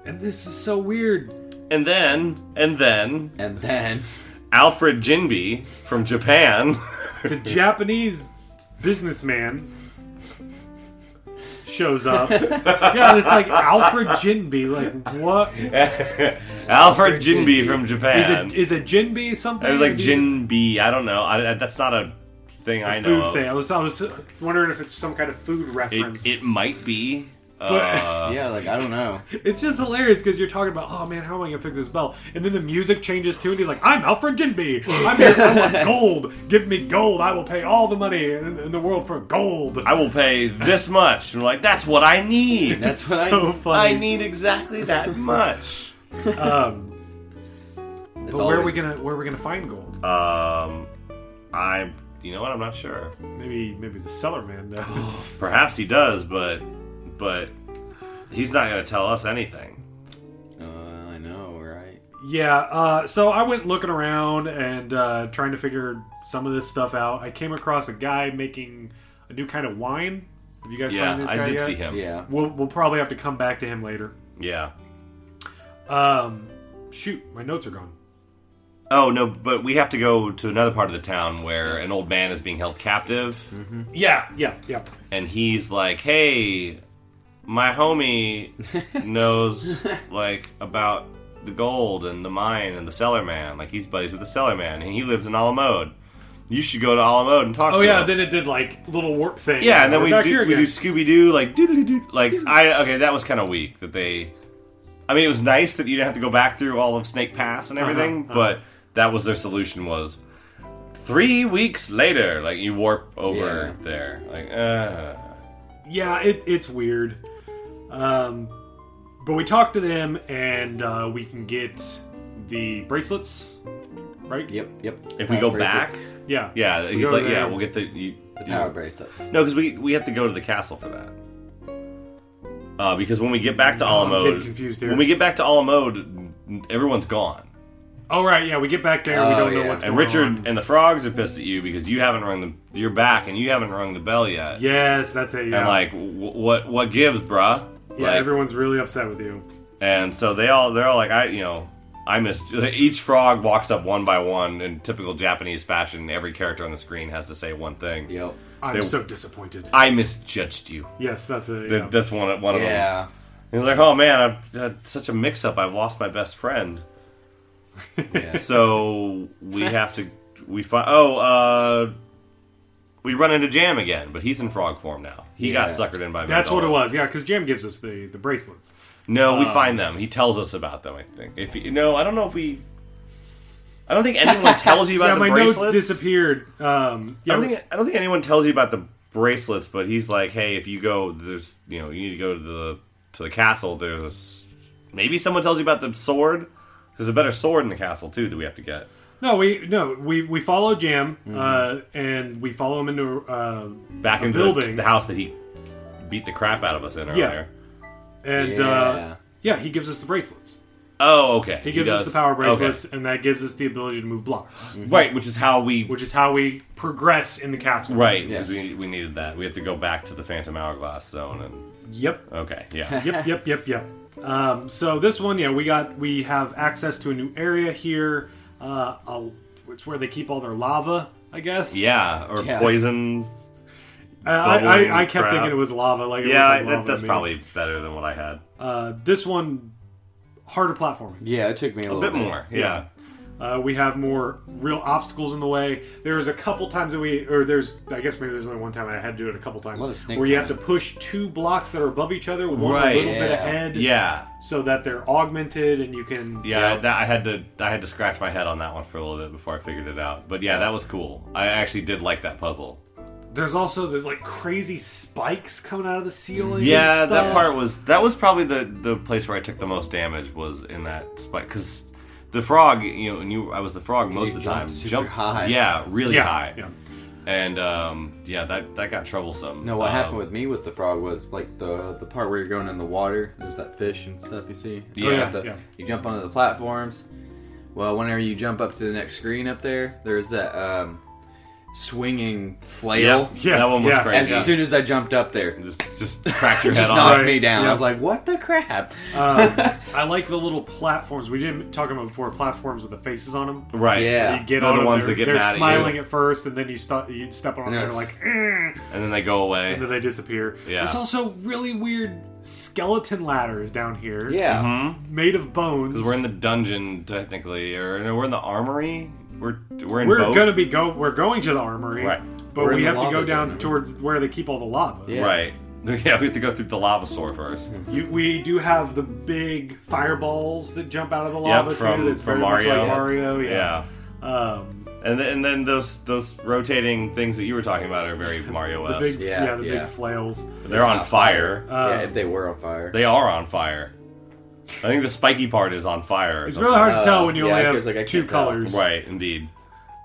Speaker 1: and this is so weird.
Speaker 2: And then, and then,
Speaker 3: And then
Speaker 2: Alfred Jinby from Japan.
Speaker 1: The Japanese businessman shows up. yeah, and it's like Alfred Jinby. Like what?
Speaker 2: Alfred Jinby
Speaker 3: Jinbe.
Speaker 2: from
Speaker 1: Is it
Speaker 2: Japan.
Speaker 1: is it Jinby something?
Speaker 2: I was like
Speaker 1: Maybe
Speaker 2: Jinby. I don't know. I, I- that's not a thing I
Speaker 1: a
Speaker 2: know.
Speaker 1: Food
Speaker 2: of.
Speaker 1: thing. I was I was wondering if it's some kind of food reference.
Speaker 2: It, it might be.
Speaker 1: But-
Speaker 2: Uh,
Speaker 3: yeah, like I don't know.
Speaker 1: it's just hilarious because you're talking about, oh man, how am I gonna fix this bell? And then the music changes too, and he's like, I'm Alfred Jinby. I'm here. I want gold. Give me gold. I will pay all the money in, in the world for gold.
Speaker 2: I will pay this much. And we're like, that's what I need.
Speaker 3: That's what
Speaker 1: so
Speaker 3: I.
Speaker 1: funny.
Speaker 2: I need exactly that much.
Speaker 1: But
Speaker 3: It's
Speaker 1: where are we
Speaker 3: always-
Speaker 1: gonna where are we gonna find gold?
Speaker 2: Um, I, you know what? I'm not sure.
Speaker 1: maybe maybe the cellar man knows.
Speaker 2: Perhaps he does, but, but he's not going to tell us anything.
Speaker 3: Uh, I know, right?
Speaker 1: yeah. Uh, so I went looking around and uh, trying to figure some of this stuff out. I came across a guy making a new kind of wine. Have you guys
Speaker 2: Yeah,
Speaker 1: found this guy
Speaker 2: I did
Speaker 1: yet?
Speaker 2: see him.
Speaker 3: Yeah.
Speaker 1: We'll we'll probably have to come back to him later.
Speaker 2: Yeah.
Speaker 1: Um, shoot, my notes are gone.
Speaker 2: Oh no, but we have to go to another part of the town where an old man is being held captive,
Speaker 1: Hmm. Yeah, yeah, yeah.
Speaker 2: and he's like, "Hey, my homie knows like about the gold and the mine and the cellar man. Like he's buddies with the cellar man, and he lives in Alamode. You should go to Alamode and talk
Speaker 1: Oh
Speaker 2: to him."
Speaker 1: yeah, then it did like little warp thing.
Speaker 2: Yeah, and then
Speaker 1: We're
Speaker 2: we
Speaker 1: back
Speaker 2: do,
Speaker 1: here
Speaker 2: we do
Speaker 1: again.
Speaker 2: Scooby Doo like doodly doo like I okay that was kind of weak that they. I mean, it was nice that you didn't have to go back through all of Snake Pass
Speaker 1: Uh-huh,
Speaker 2: and everything, but that was their solution was three weeks later. Like you warp over
Speaker 3: Yeah.
Speaker 2: there, like uh,
Speaker 1: yeah, it, it's weird. Um, but we talk to them and uh, we can get the bracelets, right?
Speaker 3: Yep. Yep.
Speaker 2: if we go
Speaker 3: Power
Speaker 2: back,
Speaker 3: bracelets.
Speaker 1: Yeah.
Speaker 2: yeah,
Speaker 1: We
Speaker 2: he's
Speaker 1: go
Speaker 2: like,
Speaker 1: there.
Speaker 2: yeah, we'll get the you,
Speaker 3: the
Speaker 2: you-
Speaker 3: power bracelets.
Speaker 2: No, because we we have to go to the castle for that. Uh, because when we get back to
Speaker 1: I'm getting
Speaker 2: Alamode,
Speaker 1: confused here.
Speaker 2: when we get back to Alamode, everyone's gone.
Speaker 1: Oh right, yeah. We get back there. we
Speaker 3: Oh,
Speaker 1: don't know
Speaker 3: yeah.
Speaker 1: what's
Speaker 2: And
Speaker 1: going
Speaker 2: Richard
Speaker 1: on.
Speaker 2: and the frogs are pissed at you because you haven't rung the you're back and you haven't rung the bell yet.
Speaker 1: Yes, that's it. Yeah.
Speaker 2: And like, w- what what gives, bruh?
Speaker 1: yeah,
Speaker 2: Like,
Speaker 1: everyone's really upset with you.
Speaker 2: And so they all they're all like, I you know, I missed. Each frog walks up one by one in typical Japanese fashion. Every character on the screen has to say one thing.
Speaker 3: Yep.
Speaker 1: I'm
Speaker 2: They-
Speaker 1: so disappointed.
Speaker 2: I misjudged you.
Speaker 1: yes, that's it.
Speaker 2: Th-
Speaker 1: Yeah.
Speaker 2: That's one one of them.
Speaker 3: Yeah.
Speaker 2: He's like, oh man, I've had such a mix up. I've lost my best friend. so we have to we find oh uh we run into Jam again, but he's in frog form now. He got
Speaker 3: Yeah.
Speaker 2: suckered in by
Speaker 1: that's what it
Speaker 2: Mandela.
Speaker 1: was. Uh, Yeah, because Jam gives us the the bracelets.
Speaker 2: No, we find them. He tells us about them. I think. If you no, I don't know if we. I don't think anyone tells you about
Speaker 1: Yeah,
Speaker 2: the
Speaker 1: my
Speaker 2: bracelets.
Speaker 1: notes disappeared. Um, yeah,
Speaker 2: I don't think I don't think anyone tells you about the bracelets, but he's like, hey, if you go, there's you know, you need to go to the to the castle. There's a s- maybe someone tells you about the sword. There's a better sword in the castle too that we have to get.
Speaker 1: No, we no we we follow Jam
Speaker 2: Mm-hmm.
Speaker 1: uh, and we follow him into uh,
Speaker 2: back
Speaker 1: a
Speaker 2: into
Speaker 1: building.
Speaker 2: The, the house that he beat the crap out of us in earlier.
Speaker 1: Yeah. and yeah.
Speaker 3: Yeah.
Speaker 1: Uh, yeah, he gives us the bracelets.
Speaker 2: Oh, okay. Mm.
Speaker 1: He gives us the power bracelets, and that gives us the ability to move blocks,
Speaker 2: right? Which is how we
Speaker 1: which is how we progress in the castle.
Speaker 2: right
Speaker 3: Yes.
Speaker 2: because we, we needed that. We have to go back to the Phantom Hourglass Zone and
Speaker 1: Yep.
Speaker 2: okay, yeah.
Speaker 1: Yep. Yep. Yep. Yep. Um, so this one, yeah, we got we have access to a new area here. Uh, a- it's where they keep all their lava, I guess.
Speaker 2: Yeah, or
Speaker 3: Yeah.
Speaker 2: poison.
Speaker 1: I, I,
Speaker 2: bubbling
Speaker 1: I, I kept
Speaker 2: crap.
Speaker 1: thinking it was lava. Like it
Speaker 2: Yeah,
Speaker 1: looked like
Speaker 2: that-
Speaker 1: lava to
Speaker 2: that's
Speaker 1: me.
Speaker 2: probably better than what I had.
Speaker 1: uh, this one harder platforming.
Speaker 3: Yeah, it took me a,
Speaker 2: A
Speaker 3: little
Speaker 2: bit more. Yeah.
Speaker 1: Uh, we have more real obstacles in the way. There was a couple times that we, or there's, I guess maybe there's only one time I had to do it a couple times,
Speaker 3: What a snake
Speaker 1: where you have to
Speaker 3: time.
Speaker 1: push two blocks that are above each other, one
Speaker 2: Right,
Speaker 1: a little bit
Speaker 3: yeah.
Speaker 1: ahead,
Speaker 2: Yeah.
Speaker 1: so that they're augmented and you can,
Speaker 2: Yeah, that I had to I had to scratch my head on that one for a little bit before I figured it out. But yeah, that was cool. I actually did like that puzzle.
Speaker 1: There's also there's like crazy spikes coming out of the ceiling.
Speaker 2: Yeah,
Speaker 1: and
Speaker 2: that
Speaker 1: stuff.
Speaker 2: part was that was probably the the place where I took the most damage was in that spike because the frog, you know, and you I was the frog most
Speaker 3: you
Speaker 2: of the time.
Speaker 3: jumped super high.
Speaker 2: yeah, really
Speaker 1: yeah,
Speaker 2: high.
Speaker 1: Yeah.
Speaker 2: And um, yeah, that that got troublesome.
Speaker 3: No, what
Speaker 2: Um,
Speaker 3: happened with me with the frog was like the the part where you're going in the water. There's that fish and stuff you see.
Speaker 2: Yeah.
Speaker 3: You have to-
Speaker 1: Yeah.
Speaker 3: You jump onto the platforms. Well, whenever you jump up to the next screen up there, there's that um, swinging flail.
Speaker 2: Yeah,
Speaker 1: Yes,
Speaker 2: that one was
Speaker 1: yeah.
Speaker 3: As
Speaker 2: crazy.
Speaker 3: soon as I jumped up there,
Speaker 2: just, just cracked your
Speaker 3: it just
Speaker 2: head
Speaker 3: knocked
Speaker 2: on.
Speaker 1: Right.
Speaker 3: me down.
Speaker 1: Yeah. Uh,
Speaker 3: I was like, "What the crap?"
Speaker 1: I like the little platforms. We didn't talk about before platforms with the faces on them.
Speaker 2: Right.
Speaker 3: Yeah.
Speaker 1: You get
Speaker 2: They're
Speaker 1: on
Speaker 2: the
Speaker 1: them,
Speaker 2: ones
Speaker 1: they're,
Speaker 2: that get
Speaker 1: they're
Speaker 2: mad at you.
Speaker 1: smiling at first, and then you start you step on them,
Speaker 3: Yeah.
Speaker 1: and they're like, "Eh,"
Speaker 2: And then they go away.
Speaker 1: and then they disappear.
Speaker 2: Yeah.
Speaker 1: There's also really weird skeleton ladders down here.
Speaker 3: yeah,
Speaker 2: Mm-hmm.
Speaker 1: made of bones.
Speaker 2: Because we're in the dungeon technically, or no, we're in the armory. We're we're in
Speaker 1: We're
Speaker 2: both.
Speaker 1: gonna be go. We're going to the armory,
Speaker 2: Right.
Speaker 1: But
Speaker 3: We're in
Speaker 1: we
Speaker 3: the
Speaker 1: have to
Speaker 3: lava
Speaker 1: go
Speaker 3: zone,
Speaker 1: down
Speaker 3: I mean.
Speaker 1: towards where they keep all the lava.
Speaker 3: Yeah.
Speaker 2: right. Yeah, we have to go through the lava store first.
Speaker 1: You, we do have the big fireballs that jump out of the lava
Speaker 2: from-
Speaker 1: too. That's
Speaker 2: from
Speaker 1: very much
Speaker 2: Mario.
Speaker 1: like Mario. Yeah.
Speaker 2: Yeah.
Speaker 1: Um,
Speaker 2: And then, and then those those rotating things that you were talking about are very Mario
Speaker 1: the
Speaker 2: esque.
Speaker 1: big, Uh, yeah,
Speaker 3: Yeah,
Speaker 1: the
Speaker 3: yeah.
Speaker 1: big flails.
Speaker 2: They're on fire.
Speaker 3: yeah.
Speaker 1: Um,
Speaker 3: If they were on fire,
Speaker 2: They are on fire. I think the spiky part is on fire. or
Speaker 1: It's
Speaker 2: something.
Speaker 1: really hard to tell
Speaker 3: Uh,
Speaker 1: when you
Speaker 3: yeah,
Speaker 1: only have
Speaker 3: 'cause, like, I
Speaker 1: two
Speaker 3: can't tell.
Speaker 1: colors.
Speaker 2: Right, indeed.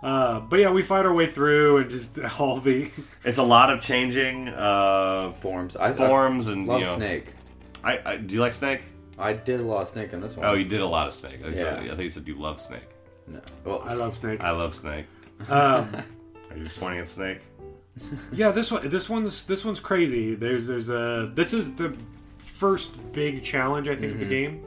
Speaker 1: Uh, but yeah, we fight our way through and just all the.
Speaker 2: It's a lot of changing uh,
Speaker 3: forms. I thought,
Speaker 2: forms and
Speaker 3: love
Speaker 2: you know.
Speaker 3: snake.
Speaker 2: I, I do you like snake?
Speaker 3: I did a lot of snake in this one.
Speaker 2: Oh, you did a lot of snake. I, think so-
Speaker 3: Yeah.
Speaker 2: I think you said you love snake.
Speaker 3: no. Well,
Speaker 1: I love Snake.
Speaker 2: I love snake.
Speaker 1: Um,
Speaker 2: Are you pointing at snake?
Speaker 1: yeah, this one, this one's, this one's crazy. There's, there's a. This is the first big challenge I think of the
Speaker 3: Mm-hmm.
Speaker 1: game.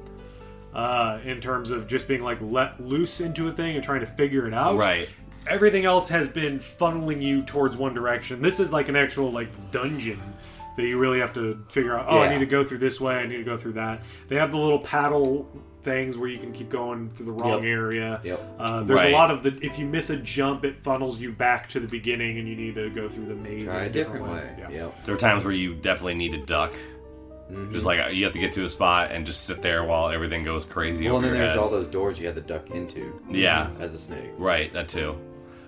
Speaker 1: Uh, in terms of just being like let loose into a thing and trying to figure it out.
Speaker 2: Right.
Speaker 1: everything else has been funneling you towards one direction. This is like an actual like dungeon that you really have to figure out. Oh, I
Speaker 3: Yeah.
Speaker 1: need to go through this way. I need to go through that. They have the little paddle things where you can keep going to the wrong
Speaker 3: Yep.
Speaker 1: area.
Speaker 3: Yep.
Speaker 1: Uh, there's
Speaker 2: Right.
Speaker 1: a lot of the. If you miss a jump, it funnels you back to the beginning, and you need to go through the maze
Speaker 3: try
Speaker 1: in
Speaker 3: a different way.
Speaker 1: Yeah.
Speaker 3: Yep.
Speaker 2: There are times where you definitely need to duck.
Speaker 3: Mm-hmm.
Speaker 2: Just like you have to get to a spot and just sit there while everything goes crazy over
Speaker 3: Well, and then
Speaker 2: your
Speaker 3: there's
Speaker 2: head.
Speaker 3: all those doors you had to duck into.
Speaker 2: Yeah.
Speaker 3: As a snake.
Speaker 2: Right, that too.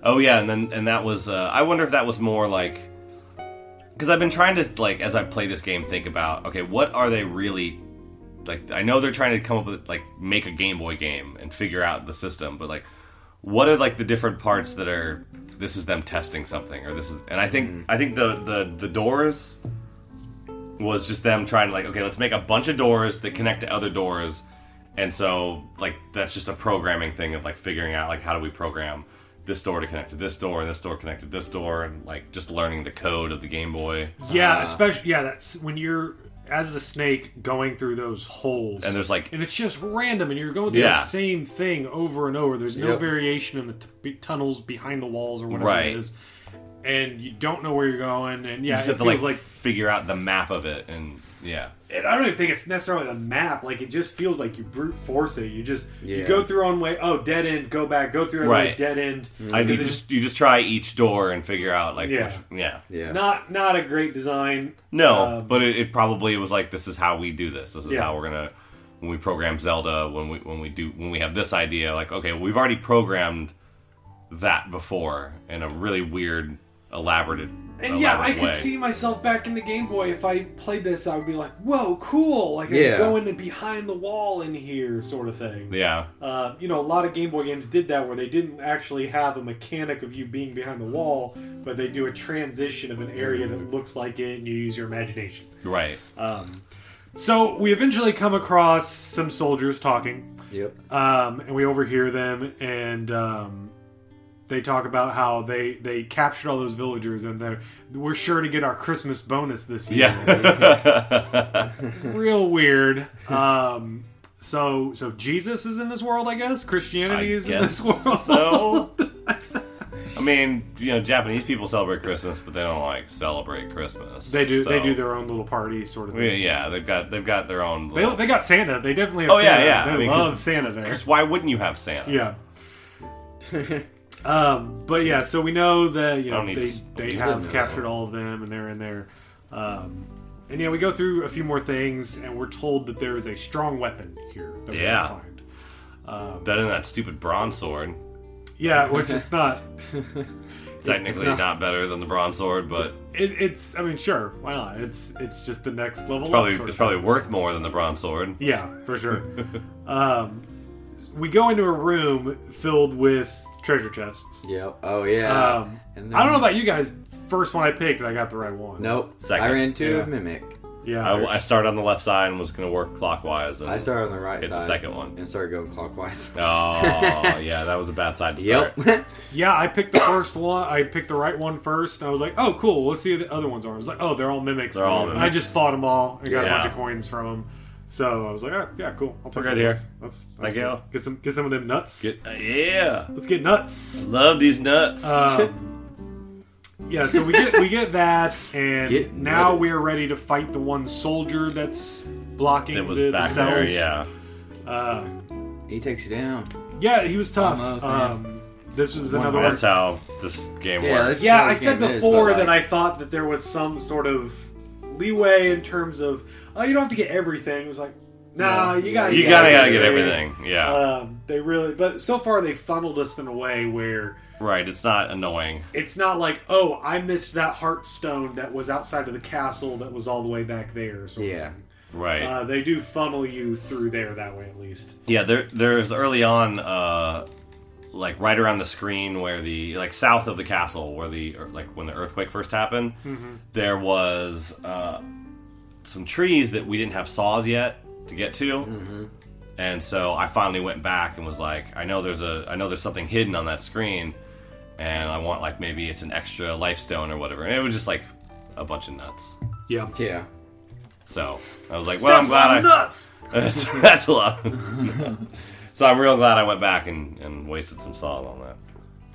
Speaker 2: Oh yeah, and then and that was. Uh, I wonder if that was more like because I've been trying to like as I play this game think about okay, what are they really like? I know they're trying to come up with like make a Game Boy game and figure out the system, but like, what are like the different parts that are this is them testing something or this is and I think I think the the the doors was just them trying to like okay, let's make a bunch of doors that connect to other doors and so, like, that's just a programming thing of like figuring out like how do we program this door to connect to this door and this door connect to this door and like just learning the code of the Game Boy.
Speaker 1: Yeah, especially yeah. That's when you're as the snake going through those holes,
Speaker 2: And there's, like-
Speaker 1: and it's just random, and you're going through
Speaker 2: Yeah.
Speaker 1: the same thing over and over. There's no
Speaker 3: Yep.
Speaker 1: variation in the t- tunnels behind the walls or whatever
Speaker 2: Right.
Speaker 1: it is, and you don't know where you're going. And
Speaker 2: You
Speaker 1: yeah, it
Speaker 2: just
Speaker 1: feels
Speaker 2: have
Speaker 1: like,
Speaker 2: to like, figure out the map of it and yeah.
Speaker 1: and I don't even think it's necessarily the map. Like it just feels like you brute force it. You just you
Speaker 3: Yeah.
Speaker 1: go through one way, oh dead end, go back, go through another way,
Speaker 2: Right.
Speaker 1: dead end.
Speaker 2: I, you
Speaker 1: Because it
Speaker 2: just you just try each door and figure out like
Speaker 1: Yeah.
Speaker 2: which- yeah.
Speaker 3: Yeah.
Speaker 1: not not a great design.
Speaker 2: No,
Speaker 1: Um,
Speaker 2: but it, it probably was like this is how we do this. This is
Speaker 1: Yeah.
Speaker 2: how we're gonna when we program Zelda when we when we do when we have this idea. Like okay, we've already programmed that before in a really weird, elaborate.
Speaker 1: And yeah, I
Speaker 2: elaborate
Speaker 1: could
Speaker 2: way.
Speaker 1: see myself back in the Game Boy if I played this. I would be like, "Whoa, cool!" Like
Speaker 3: Yeah.
Speaker 1: I'm going to behind the wall in here, sort of thing.
Speaker 2: Yeah,
Speaker 1: Uh, you know, a lot of Game Boy games did that where they didn't actually have a mechanic of you being behind the wall, but they do a transition of an area that looks like it, and you use your imagination.
Speaker 2: right.
Speaker 1: Uh, So we eventually come across some soldiers talking
Speaker 3: Yep.
Speaker 1: um, and we overhear them and um, they talk about how they they captured all those villagers and they're we're sure to get our Christmas bonus this year.
Speaker 2: Yeah.
Speaker 1: Real weird. Um, so so Jesus is in this world, I guess.
Speaker 2: I
Speaker 1: Christianity is in
Speaker 2: guess
Speaker 1: this world.
Speaker 2: so. I mean, you know, Japanese people celebrate Christmas, but they don't like celebrate Christmas.
Speaker 1: They do they
Speaker 2: so-
Speaker 1: do their own little party sort of
Speaker 2: Yeah,
Speaker 1: thing.
Speaker 2: yeah, they've got they've got their own.
Speaker 1: They,
Speaker 2: little-
Speaker 1: they got Santa. They definitely have
Speaker 2: Oh, yeah,
Speaker 1: Santa.
Speaker 2: yeah.
Speaker 1: They
Speaker 2: I mean, 'cause-
Speaker 1: love Santa there.
Speaker 2: Why wouldn't you have Santa?
Speaker 1: Yeah. um, but yeah, so we know that you know
Speaker 2: I don't need
Speaker 1: they
Speaker 2: to spoil
Speaker 1: they
Speaker 2: it.
Speaker 1: have
Speaker 3: No.
Speaker 1: captured all of them, and they're in there. Um, and yeah, we go through a few more things, and we're told that there is a strong weapon here that
Speaker 2: Yeah.
Speaker 1: we can find.
Speaker 2: Better than that stupid bronze sword.
Speaker 1: Yeah, which it's not.
Speaker 2: Technically, not, better than the bronze sword, but
Speaker 1: It, it's I mean, sure, why not? It's it's just the next level. up
Speaker 2: probably
Speaker 1: sort of
Speaker 2: it's probably worth more than the bronze sword.
Speaker 1: Yeah, for sure. um, we go into a room filled with treasure chests.
Speaker 3: Yeah. Oh yeah.
Speaker 1: Um,
Speaker 3: And
Speaker 1: I don't know
Speaker 3: then-
Speaker 1: about you guys. First one I picked, I got the right one.
Speaker 3: Nope.
Speaker 2: Second.
Speaker 3: I ran to
Speaker 1: Yeah.
Speaker 3: a mimic.
Speaker 1: Yeah.
Speaker 2: I, I started on the left side and was going to work clockwise. And
Speaker 3: I started on the right
Speaker 2: Hit the
Speaker 3: side.
Speaker 2: second one.
Speaker 3: And started going clockwise.
Speaker 2: Oh yeah, that was a bad side to start.
Speaker 3: Yep.
Speaker 1: yeah, I picked the first one. I picked the right one first. And I was like, oh, cool. Let's see what the other ones are. I was like, oh, they're all mimics.
Speaker 2: They're all
Speaker 1: And I
Speaker 2: mimics.
Speaker 1: just fought them all. I got a
Speaker 2: Yeah.
Speaker 1: bunch of coins from them. So I was like, oh, yeah, cool. I'll take
Speaker 2: We're good
Speaker 1: those.
Speaker 2: here.
Speaker 1: That's, that's
Speaker 2: Thank you.
Speaker 1: cool. Get some, get some of them nuts.
Speaker 2: Get- Uh, yeah,
Speaker 1: Let's get nuts.
Speaker 2: love these nuts.
Speaker 1: Um, yeah, so we get we get that, and
Speaker 3: Get
Speaker 1: now
Speaker 3: nutted.
Speaker 1: we are ready to fight the one soldier that's blocking
Speaker 2: it was
Speaker 1: the, the
Speaker 2: back
Speaker 1: cells.
Speaker 2: there. Yeah,
Speaker 1: Uh,
Speaker 3: he takes you down.
Speaker 1: yeah, he was tough.
Speaker 3: Almost, man.
Speaker 1: um, this was
Speaker 3: One
Speaker 1: another one.
Speaker 2: that's how this game
Speaker 3: Yeah,
Speaker 2: works.
Speaker 3: that's-
Speaker 1: Yeah,
Speaker 3: how
Speaker 1: I
Speaker 3: the
Speaker 1: said
Speaker 3: game is,
Speaker 1: before
Speaker 3: but,
Speaker 1: that I
Speaker 3: like-
Speaker 1: thought that there was some sort of leeway in terms of oh, you don't have to get everything. It was like, nah,
Speaker 3: Yeah.
Speaker 1: you got
Speaker 2: you
Speaker 3: yeah,
Speaker 2: gotta
Speaker 3: yeah,
Speaker 2: gotta get
Speaker 3: yeah.
Speaker 2: everything. Yeah,
Speaker 1: Um, they really, but so far they funneled us in a way where
Speaker 2: right. It's not annoying.
Speaker 1: it's not like oh, I missed that heart stone that was outside of the castle that was all the way back there. Or something.
Speaker 3: Yeah.
Speaker 2: Right.
Speaker 1: Uh, they do funnel you through there that way at least.
Speaker 2: yeah. There, there's early on, uh, like right around the screen where the like south of the castle where the or, like when the earthquake first happened, there was uh, some trees that we didn't have saws yet to get to. And so I finally went back and was like, I know there's a, I know there's something hidden on that screen, and I want like maybe it's an extra life stone or whatever. And it was just like a bunch of nuts.
Speaker 1: Yeah.
Speaker 3: Yeah.
Speaker 2: So I was like, well, I'm glad I
Speaker 1: nuts.
Speaker 2: that's, that's a lot. so I'm real glad I went back and, and wasted some salt on that.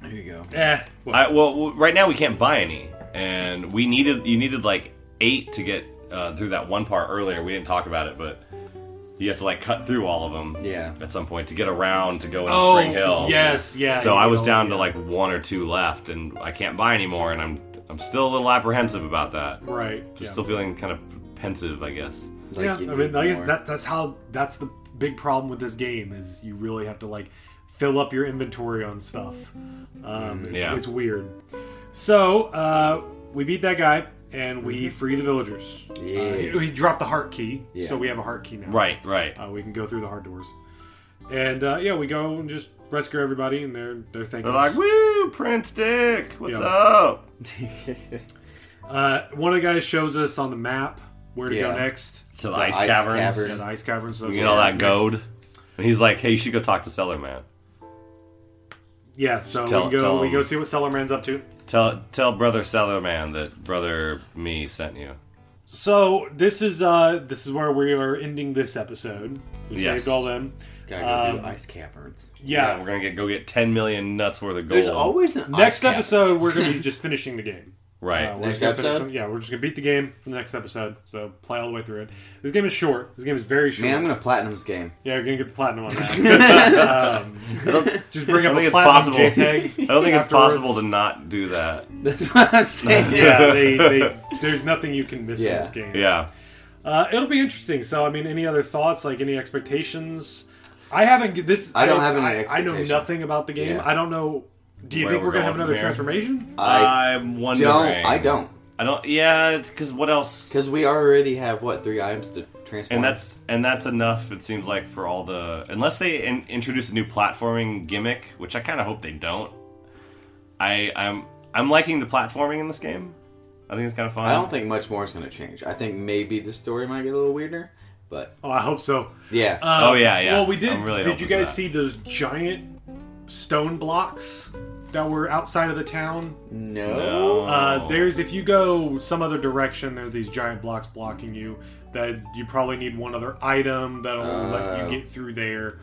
Speaker 3: There you go.
Speaker 1: Eh. Well,
Speaker 2: I, well, w- right now we can't buy any, and we needed you needed like eight to get uh, through that one part earlier. We didn't talk about it, but you have to like cut through all of them.
Speaker 3: Yeah.
Speaker 2: At some point to get around to go into
Speaker 1: Oh,
Speaker 2: Spring Hill.
Speaker 1: yes, yeah,
Speaker 2: So
Speaker 1: you
Speaker 2: I was
Speaker 1: will,
Speaker 2: down
Speaker 1: yeah.
Speaker 2: to like one or two left, and I can't buy anymore, and I'm I'm still a little apprehensive about that.
Speaker 1: right.
Speaker 2: Just
Speaker 1: yeah.
Speaker 2: still feeling kind of pensive, I guess.
Speaker 3: Like, you
Speaker 1: yeah, I
Speaker 3: need
Speaker 1: mean, I guess
Speaker 3: more.
Speaker 1: that, that's how that's the big problem with this game is you really have to like fill up your inventory on stuff. Um, it's,
Speaker 2: yeah.
Speaker 1: it's weird. So uh, we beat that guy and we free the villagers. Uh,
Speaker 3: Yeah.
Speaker 1: he, he dropped the heart key,
Speaker 3: Yeah.
Speaker 1: so we have a heart key now.
Speaker 2: Right, right.
Speaker 1: Uh, we can go through the hard doors, and uh, yeah, we go and just rescue everybody, and they're they're thanking.
Speaker 2: They're
Speaker 1: us.
Speaker 2: like, woo, Prince Dick, what's
Speaker 1: Yeah.
Speaker 2: up?
Speaker 1: Uh, one of the guys shows us on the map where to go
Speaker 3: Yeah.
Speaker 1: next.
Speaker 2: To the,
Speaker 3: The
Speaker 2: ice,
Speaker 3: ice
Speaker 2: caverns.
Speaker 3: cavern.
Speaker 1: Yeah, the ice cavern. So that's
Speaker 2: You
Speaker 1: where
Speaker 2: know
Speaker 1: we're
Speaker 2: that
Speaker 1: next.
Speaker 2: goad? And he's like, hey, you should go talk to Cellar Man.
Speaker 1: Yeah, so
Speaker 2: Tell-
Speaker 1: we
Speaker 2: tell
Speaker 1: go we
Speaker 2: him.
Speaker 1: go see what Cellarman's up to.
Speaker 2: Tell tell brother Cellar Man that brother me sent you.
Speaker 1: So this is uh this is where we are ending this episode. We
Speaker 2: Yes.
Speaker 1: saved all them.
Speaker 3: Gotta go through
Speaker 1: Um,
Speaker 3: the ice caverns.
Speaker 2: Yeah,
Speaker 1: Yeah.
Speaker 2: we're gonna get go get ten million nuts worth of gold.
Speaker 3: There's always an ice
Speaker 1: next
Speaker 3: cavern.
Speaker 1: episode we're gonna be just finishing the game.
Speaker 2: right.
Speaker 1: Uh, we're
Speaker 3: Next
Speaker 1: just gonna finish,
Speaker 3: episode?
Speaker 1: yeah, we're just gonna beat the game for the next episode. So play all the way through it. This game is short. This game is very short.
Speaker 3: Man, I'm gonna platinum this game.
Speaker 1: Yeah, you're gonna get the platinum on that. um, just bring
Speaker 2: I
Speaker 1: up
Speaker 2: don't think
Speaker 1: a platinum
Speaker 2: it's possible. I
Speaker 1: JPEG.
Speaker 2: don't think it's
Speaker 1: afterwards.
Speaker 2: possible to not do that.
Speaker 3: That's what I'm saying.
Speaker 1: Yeah, they, they, there's nothing you can miss in
Speaker 3: Yeah.
Speaker 1: this game.
Speaker 2: Yeah.
Speaker 1: Uh, it'll be interesting. So, I mean, any other thoughts? Like any expectations? I haven't. This
Speaker 3: I don't have any
Speaker 1: I, I know
Speaker 3: expectation.
Speaker 1: nothing about the game.
Speaker 3: Yeah. Uh,
Speaker 1: I don't know. Do you
Speaker 2: Where
Speaker 1: think we're
Speaker 2: we're
Speaker 1: gonna
Speaker 2: going
Speaker 1: have another
Speaker 2: from here.
Speaker 1: transformation?
Speaker 3: I
Speaker 2: am wondering.
Speaker 3: don't. I don't.
Speaker 2: I don't. Yeah, it's because what else?
Speaker 3: Because we already have what three items to transform.
Speaker 2: And that's and that's enough. It seems like for all the unless they in, introduce a new platforming gimmick, which I kind of hope they don't. I I'm I'm liking the platforming in this game. I think it's kind of fun.
Speaker 3: I
Speaker 1: Um,
Speaker 3: don't think much more is gonna change. I think maybe the story might get a little weirder, but
Speaker 1: Oh, I hope so.
Speaker 3: yeah.
Speaker 1: Uh,
Speaker 2: Oh, yeah, yeah.
Speaker 1: Well, we did.
Speaker 2: I'm really
Speaker 1: did
Speaker 2: hoping
Speaker 1: you
Speaker 2: for
Speaker 1: guys
Speaker 2: that.
Speaker 1: see those giant stone blocks that were outside of the town?
Speaker 3: No.
Speaker 1: Uh, there's if you go some other direction, there's these giant blocks blocking you. That you probably need one other item that'll let you get through there.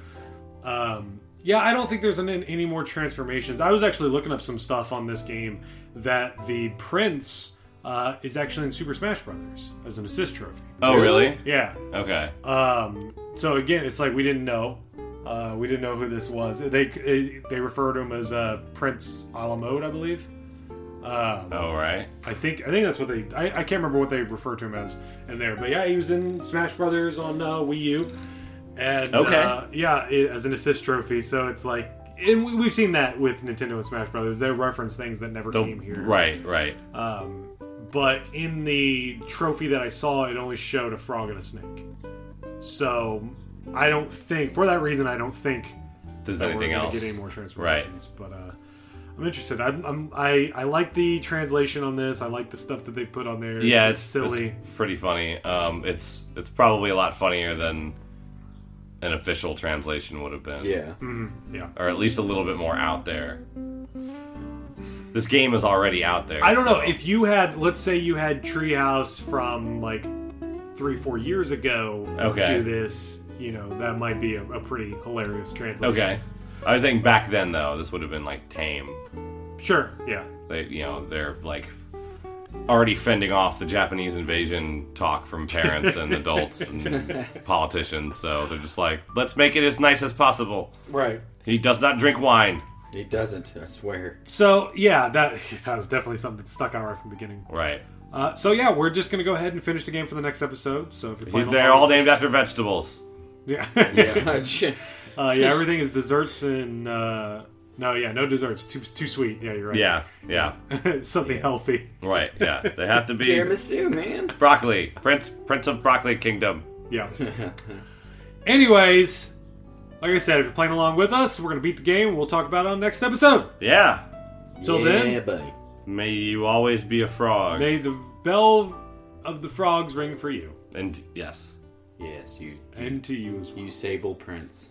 Speaker 1: Um, yeah, I don't think there's an, any more transformations. I was actually looking up some stuff on this game that the prince uh, is actually in Super Smash Brothers as an assist trophy.
Speaker 2: Oh, really?
Speaker 1: Yeah.
Speaker 2: Okay.
Speaker 1: Um, so again, it's like we didn't know. Uh, we didn't know who this was. They they refer to him as uh, Prince Alamode, I believe. Um,
Speaker 2: All right.
Speaker 1: I think I think that's what they. I, I can't remember what they refer to him as in there, but yeah, he was in Smash Brothers on uh, Wii U, and
Speaker 2: Okay.
Speaker 1: uh, yeah, i as an assist trophy. So it's like, and we, we've seen that with Nintendo and Smash Brothers. They reference things that never
Speaker 2: The-
Speaker 1: came here,
Speaker 2: Right, right.
Speaker 1: Um, but in the trophy that I saw, it only showed a frog and a snake. So I don't think for that reason I don't think
Speaker 2: There's
Speaker 1: that we're
Speaker 2: anything
Speaker 1: gonna
Speaker 2: else.
Speaker 1: get any more transformations. But uh, I'm interested. I'm, I'm I I like the translation on this. I like the stuff that they put on there.
Speaker 2: yeah, it's
Speaker 1: silly.
Speaker 2: it's pretty funny. Um, it's it's probably a lot funnier than an official translation would have been.
Speaker 3: Yeah.
Speaker 1: Hmm. yeah.
Speaker 2: Or at least a little bit more out there. This game is already out there.
Speaker 1: I don't know
Speaker 2: so-
Speaker 1: if you had, let's say you had Treehouse from like three, four years ago.
Speaker 2: Okay.
Speaker 1: Do this, you know, that might be a, a pretty hilarious translation.
Speaker 2: Okay. I think back then though, this would have been like tame.
Speaker 1: Sure. Yeah.
Speaker 2: They you know, they're like already fending off the Japanese invasion talk from parents and adults and politicians, so they're just like, let's make it as nice as possible.
Speaker 1: Right.
Speaker 2: He does not drink wine.
Speaker 3: He doesn't. I swear.
Speaker 1: So yeah, that that was definitely something that stuck out right from the beginning.
Speaker 2: Right.
Speaker 1: Uh, so yeah, we're just gonna go ahead and finish the game for the next episode. So if you're playing
Speaker 2: They're
Speaker 1: along-
Speaker 2: all named after vegetables.
Speaker 1: yeah.
Speaker 3: Yeah. Shit.
Speaker 1: Uh, yeah, everything is desserts and uh, no, yeah, no desserts. Too too sweet. Yeah, you're right.
Speaker 2: Yeah, yeah.
Speaker 1: something healthy.
Speaker 2: Right, yeah. They have to be
Speaker 3: Tiramisu, man.
Speaker 2: broccoli. Prince Prince of Broccoli Kingdom.
Speaker 1: Yeah. Anyways, like I said, if you're playing along with us, we're gonna beat the game. and We'll talk about it on the next episode.
Speaker 2: Yeah.
Speaker 1: Till
Speaker 3: yeah,
Speaker 1: then,
Speaker 3: buddy.
Speaker 2: May you always be a frog.
Speaker 1: may the bell of the frogs ring for you
Speaker 2: And yes.
Speaker 3: Yes, you
Speaker 1: and to you as well.
Speaker 3: you sable prince.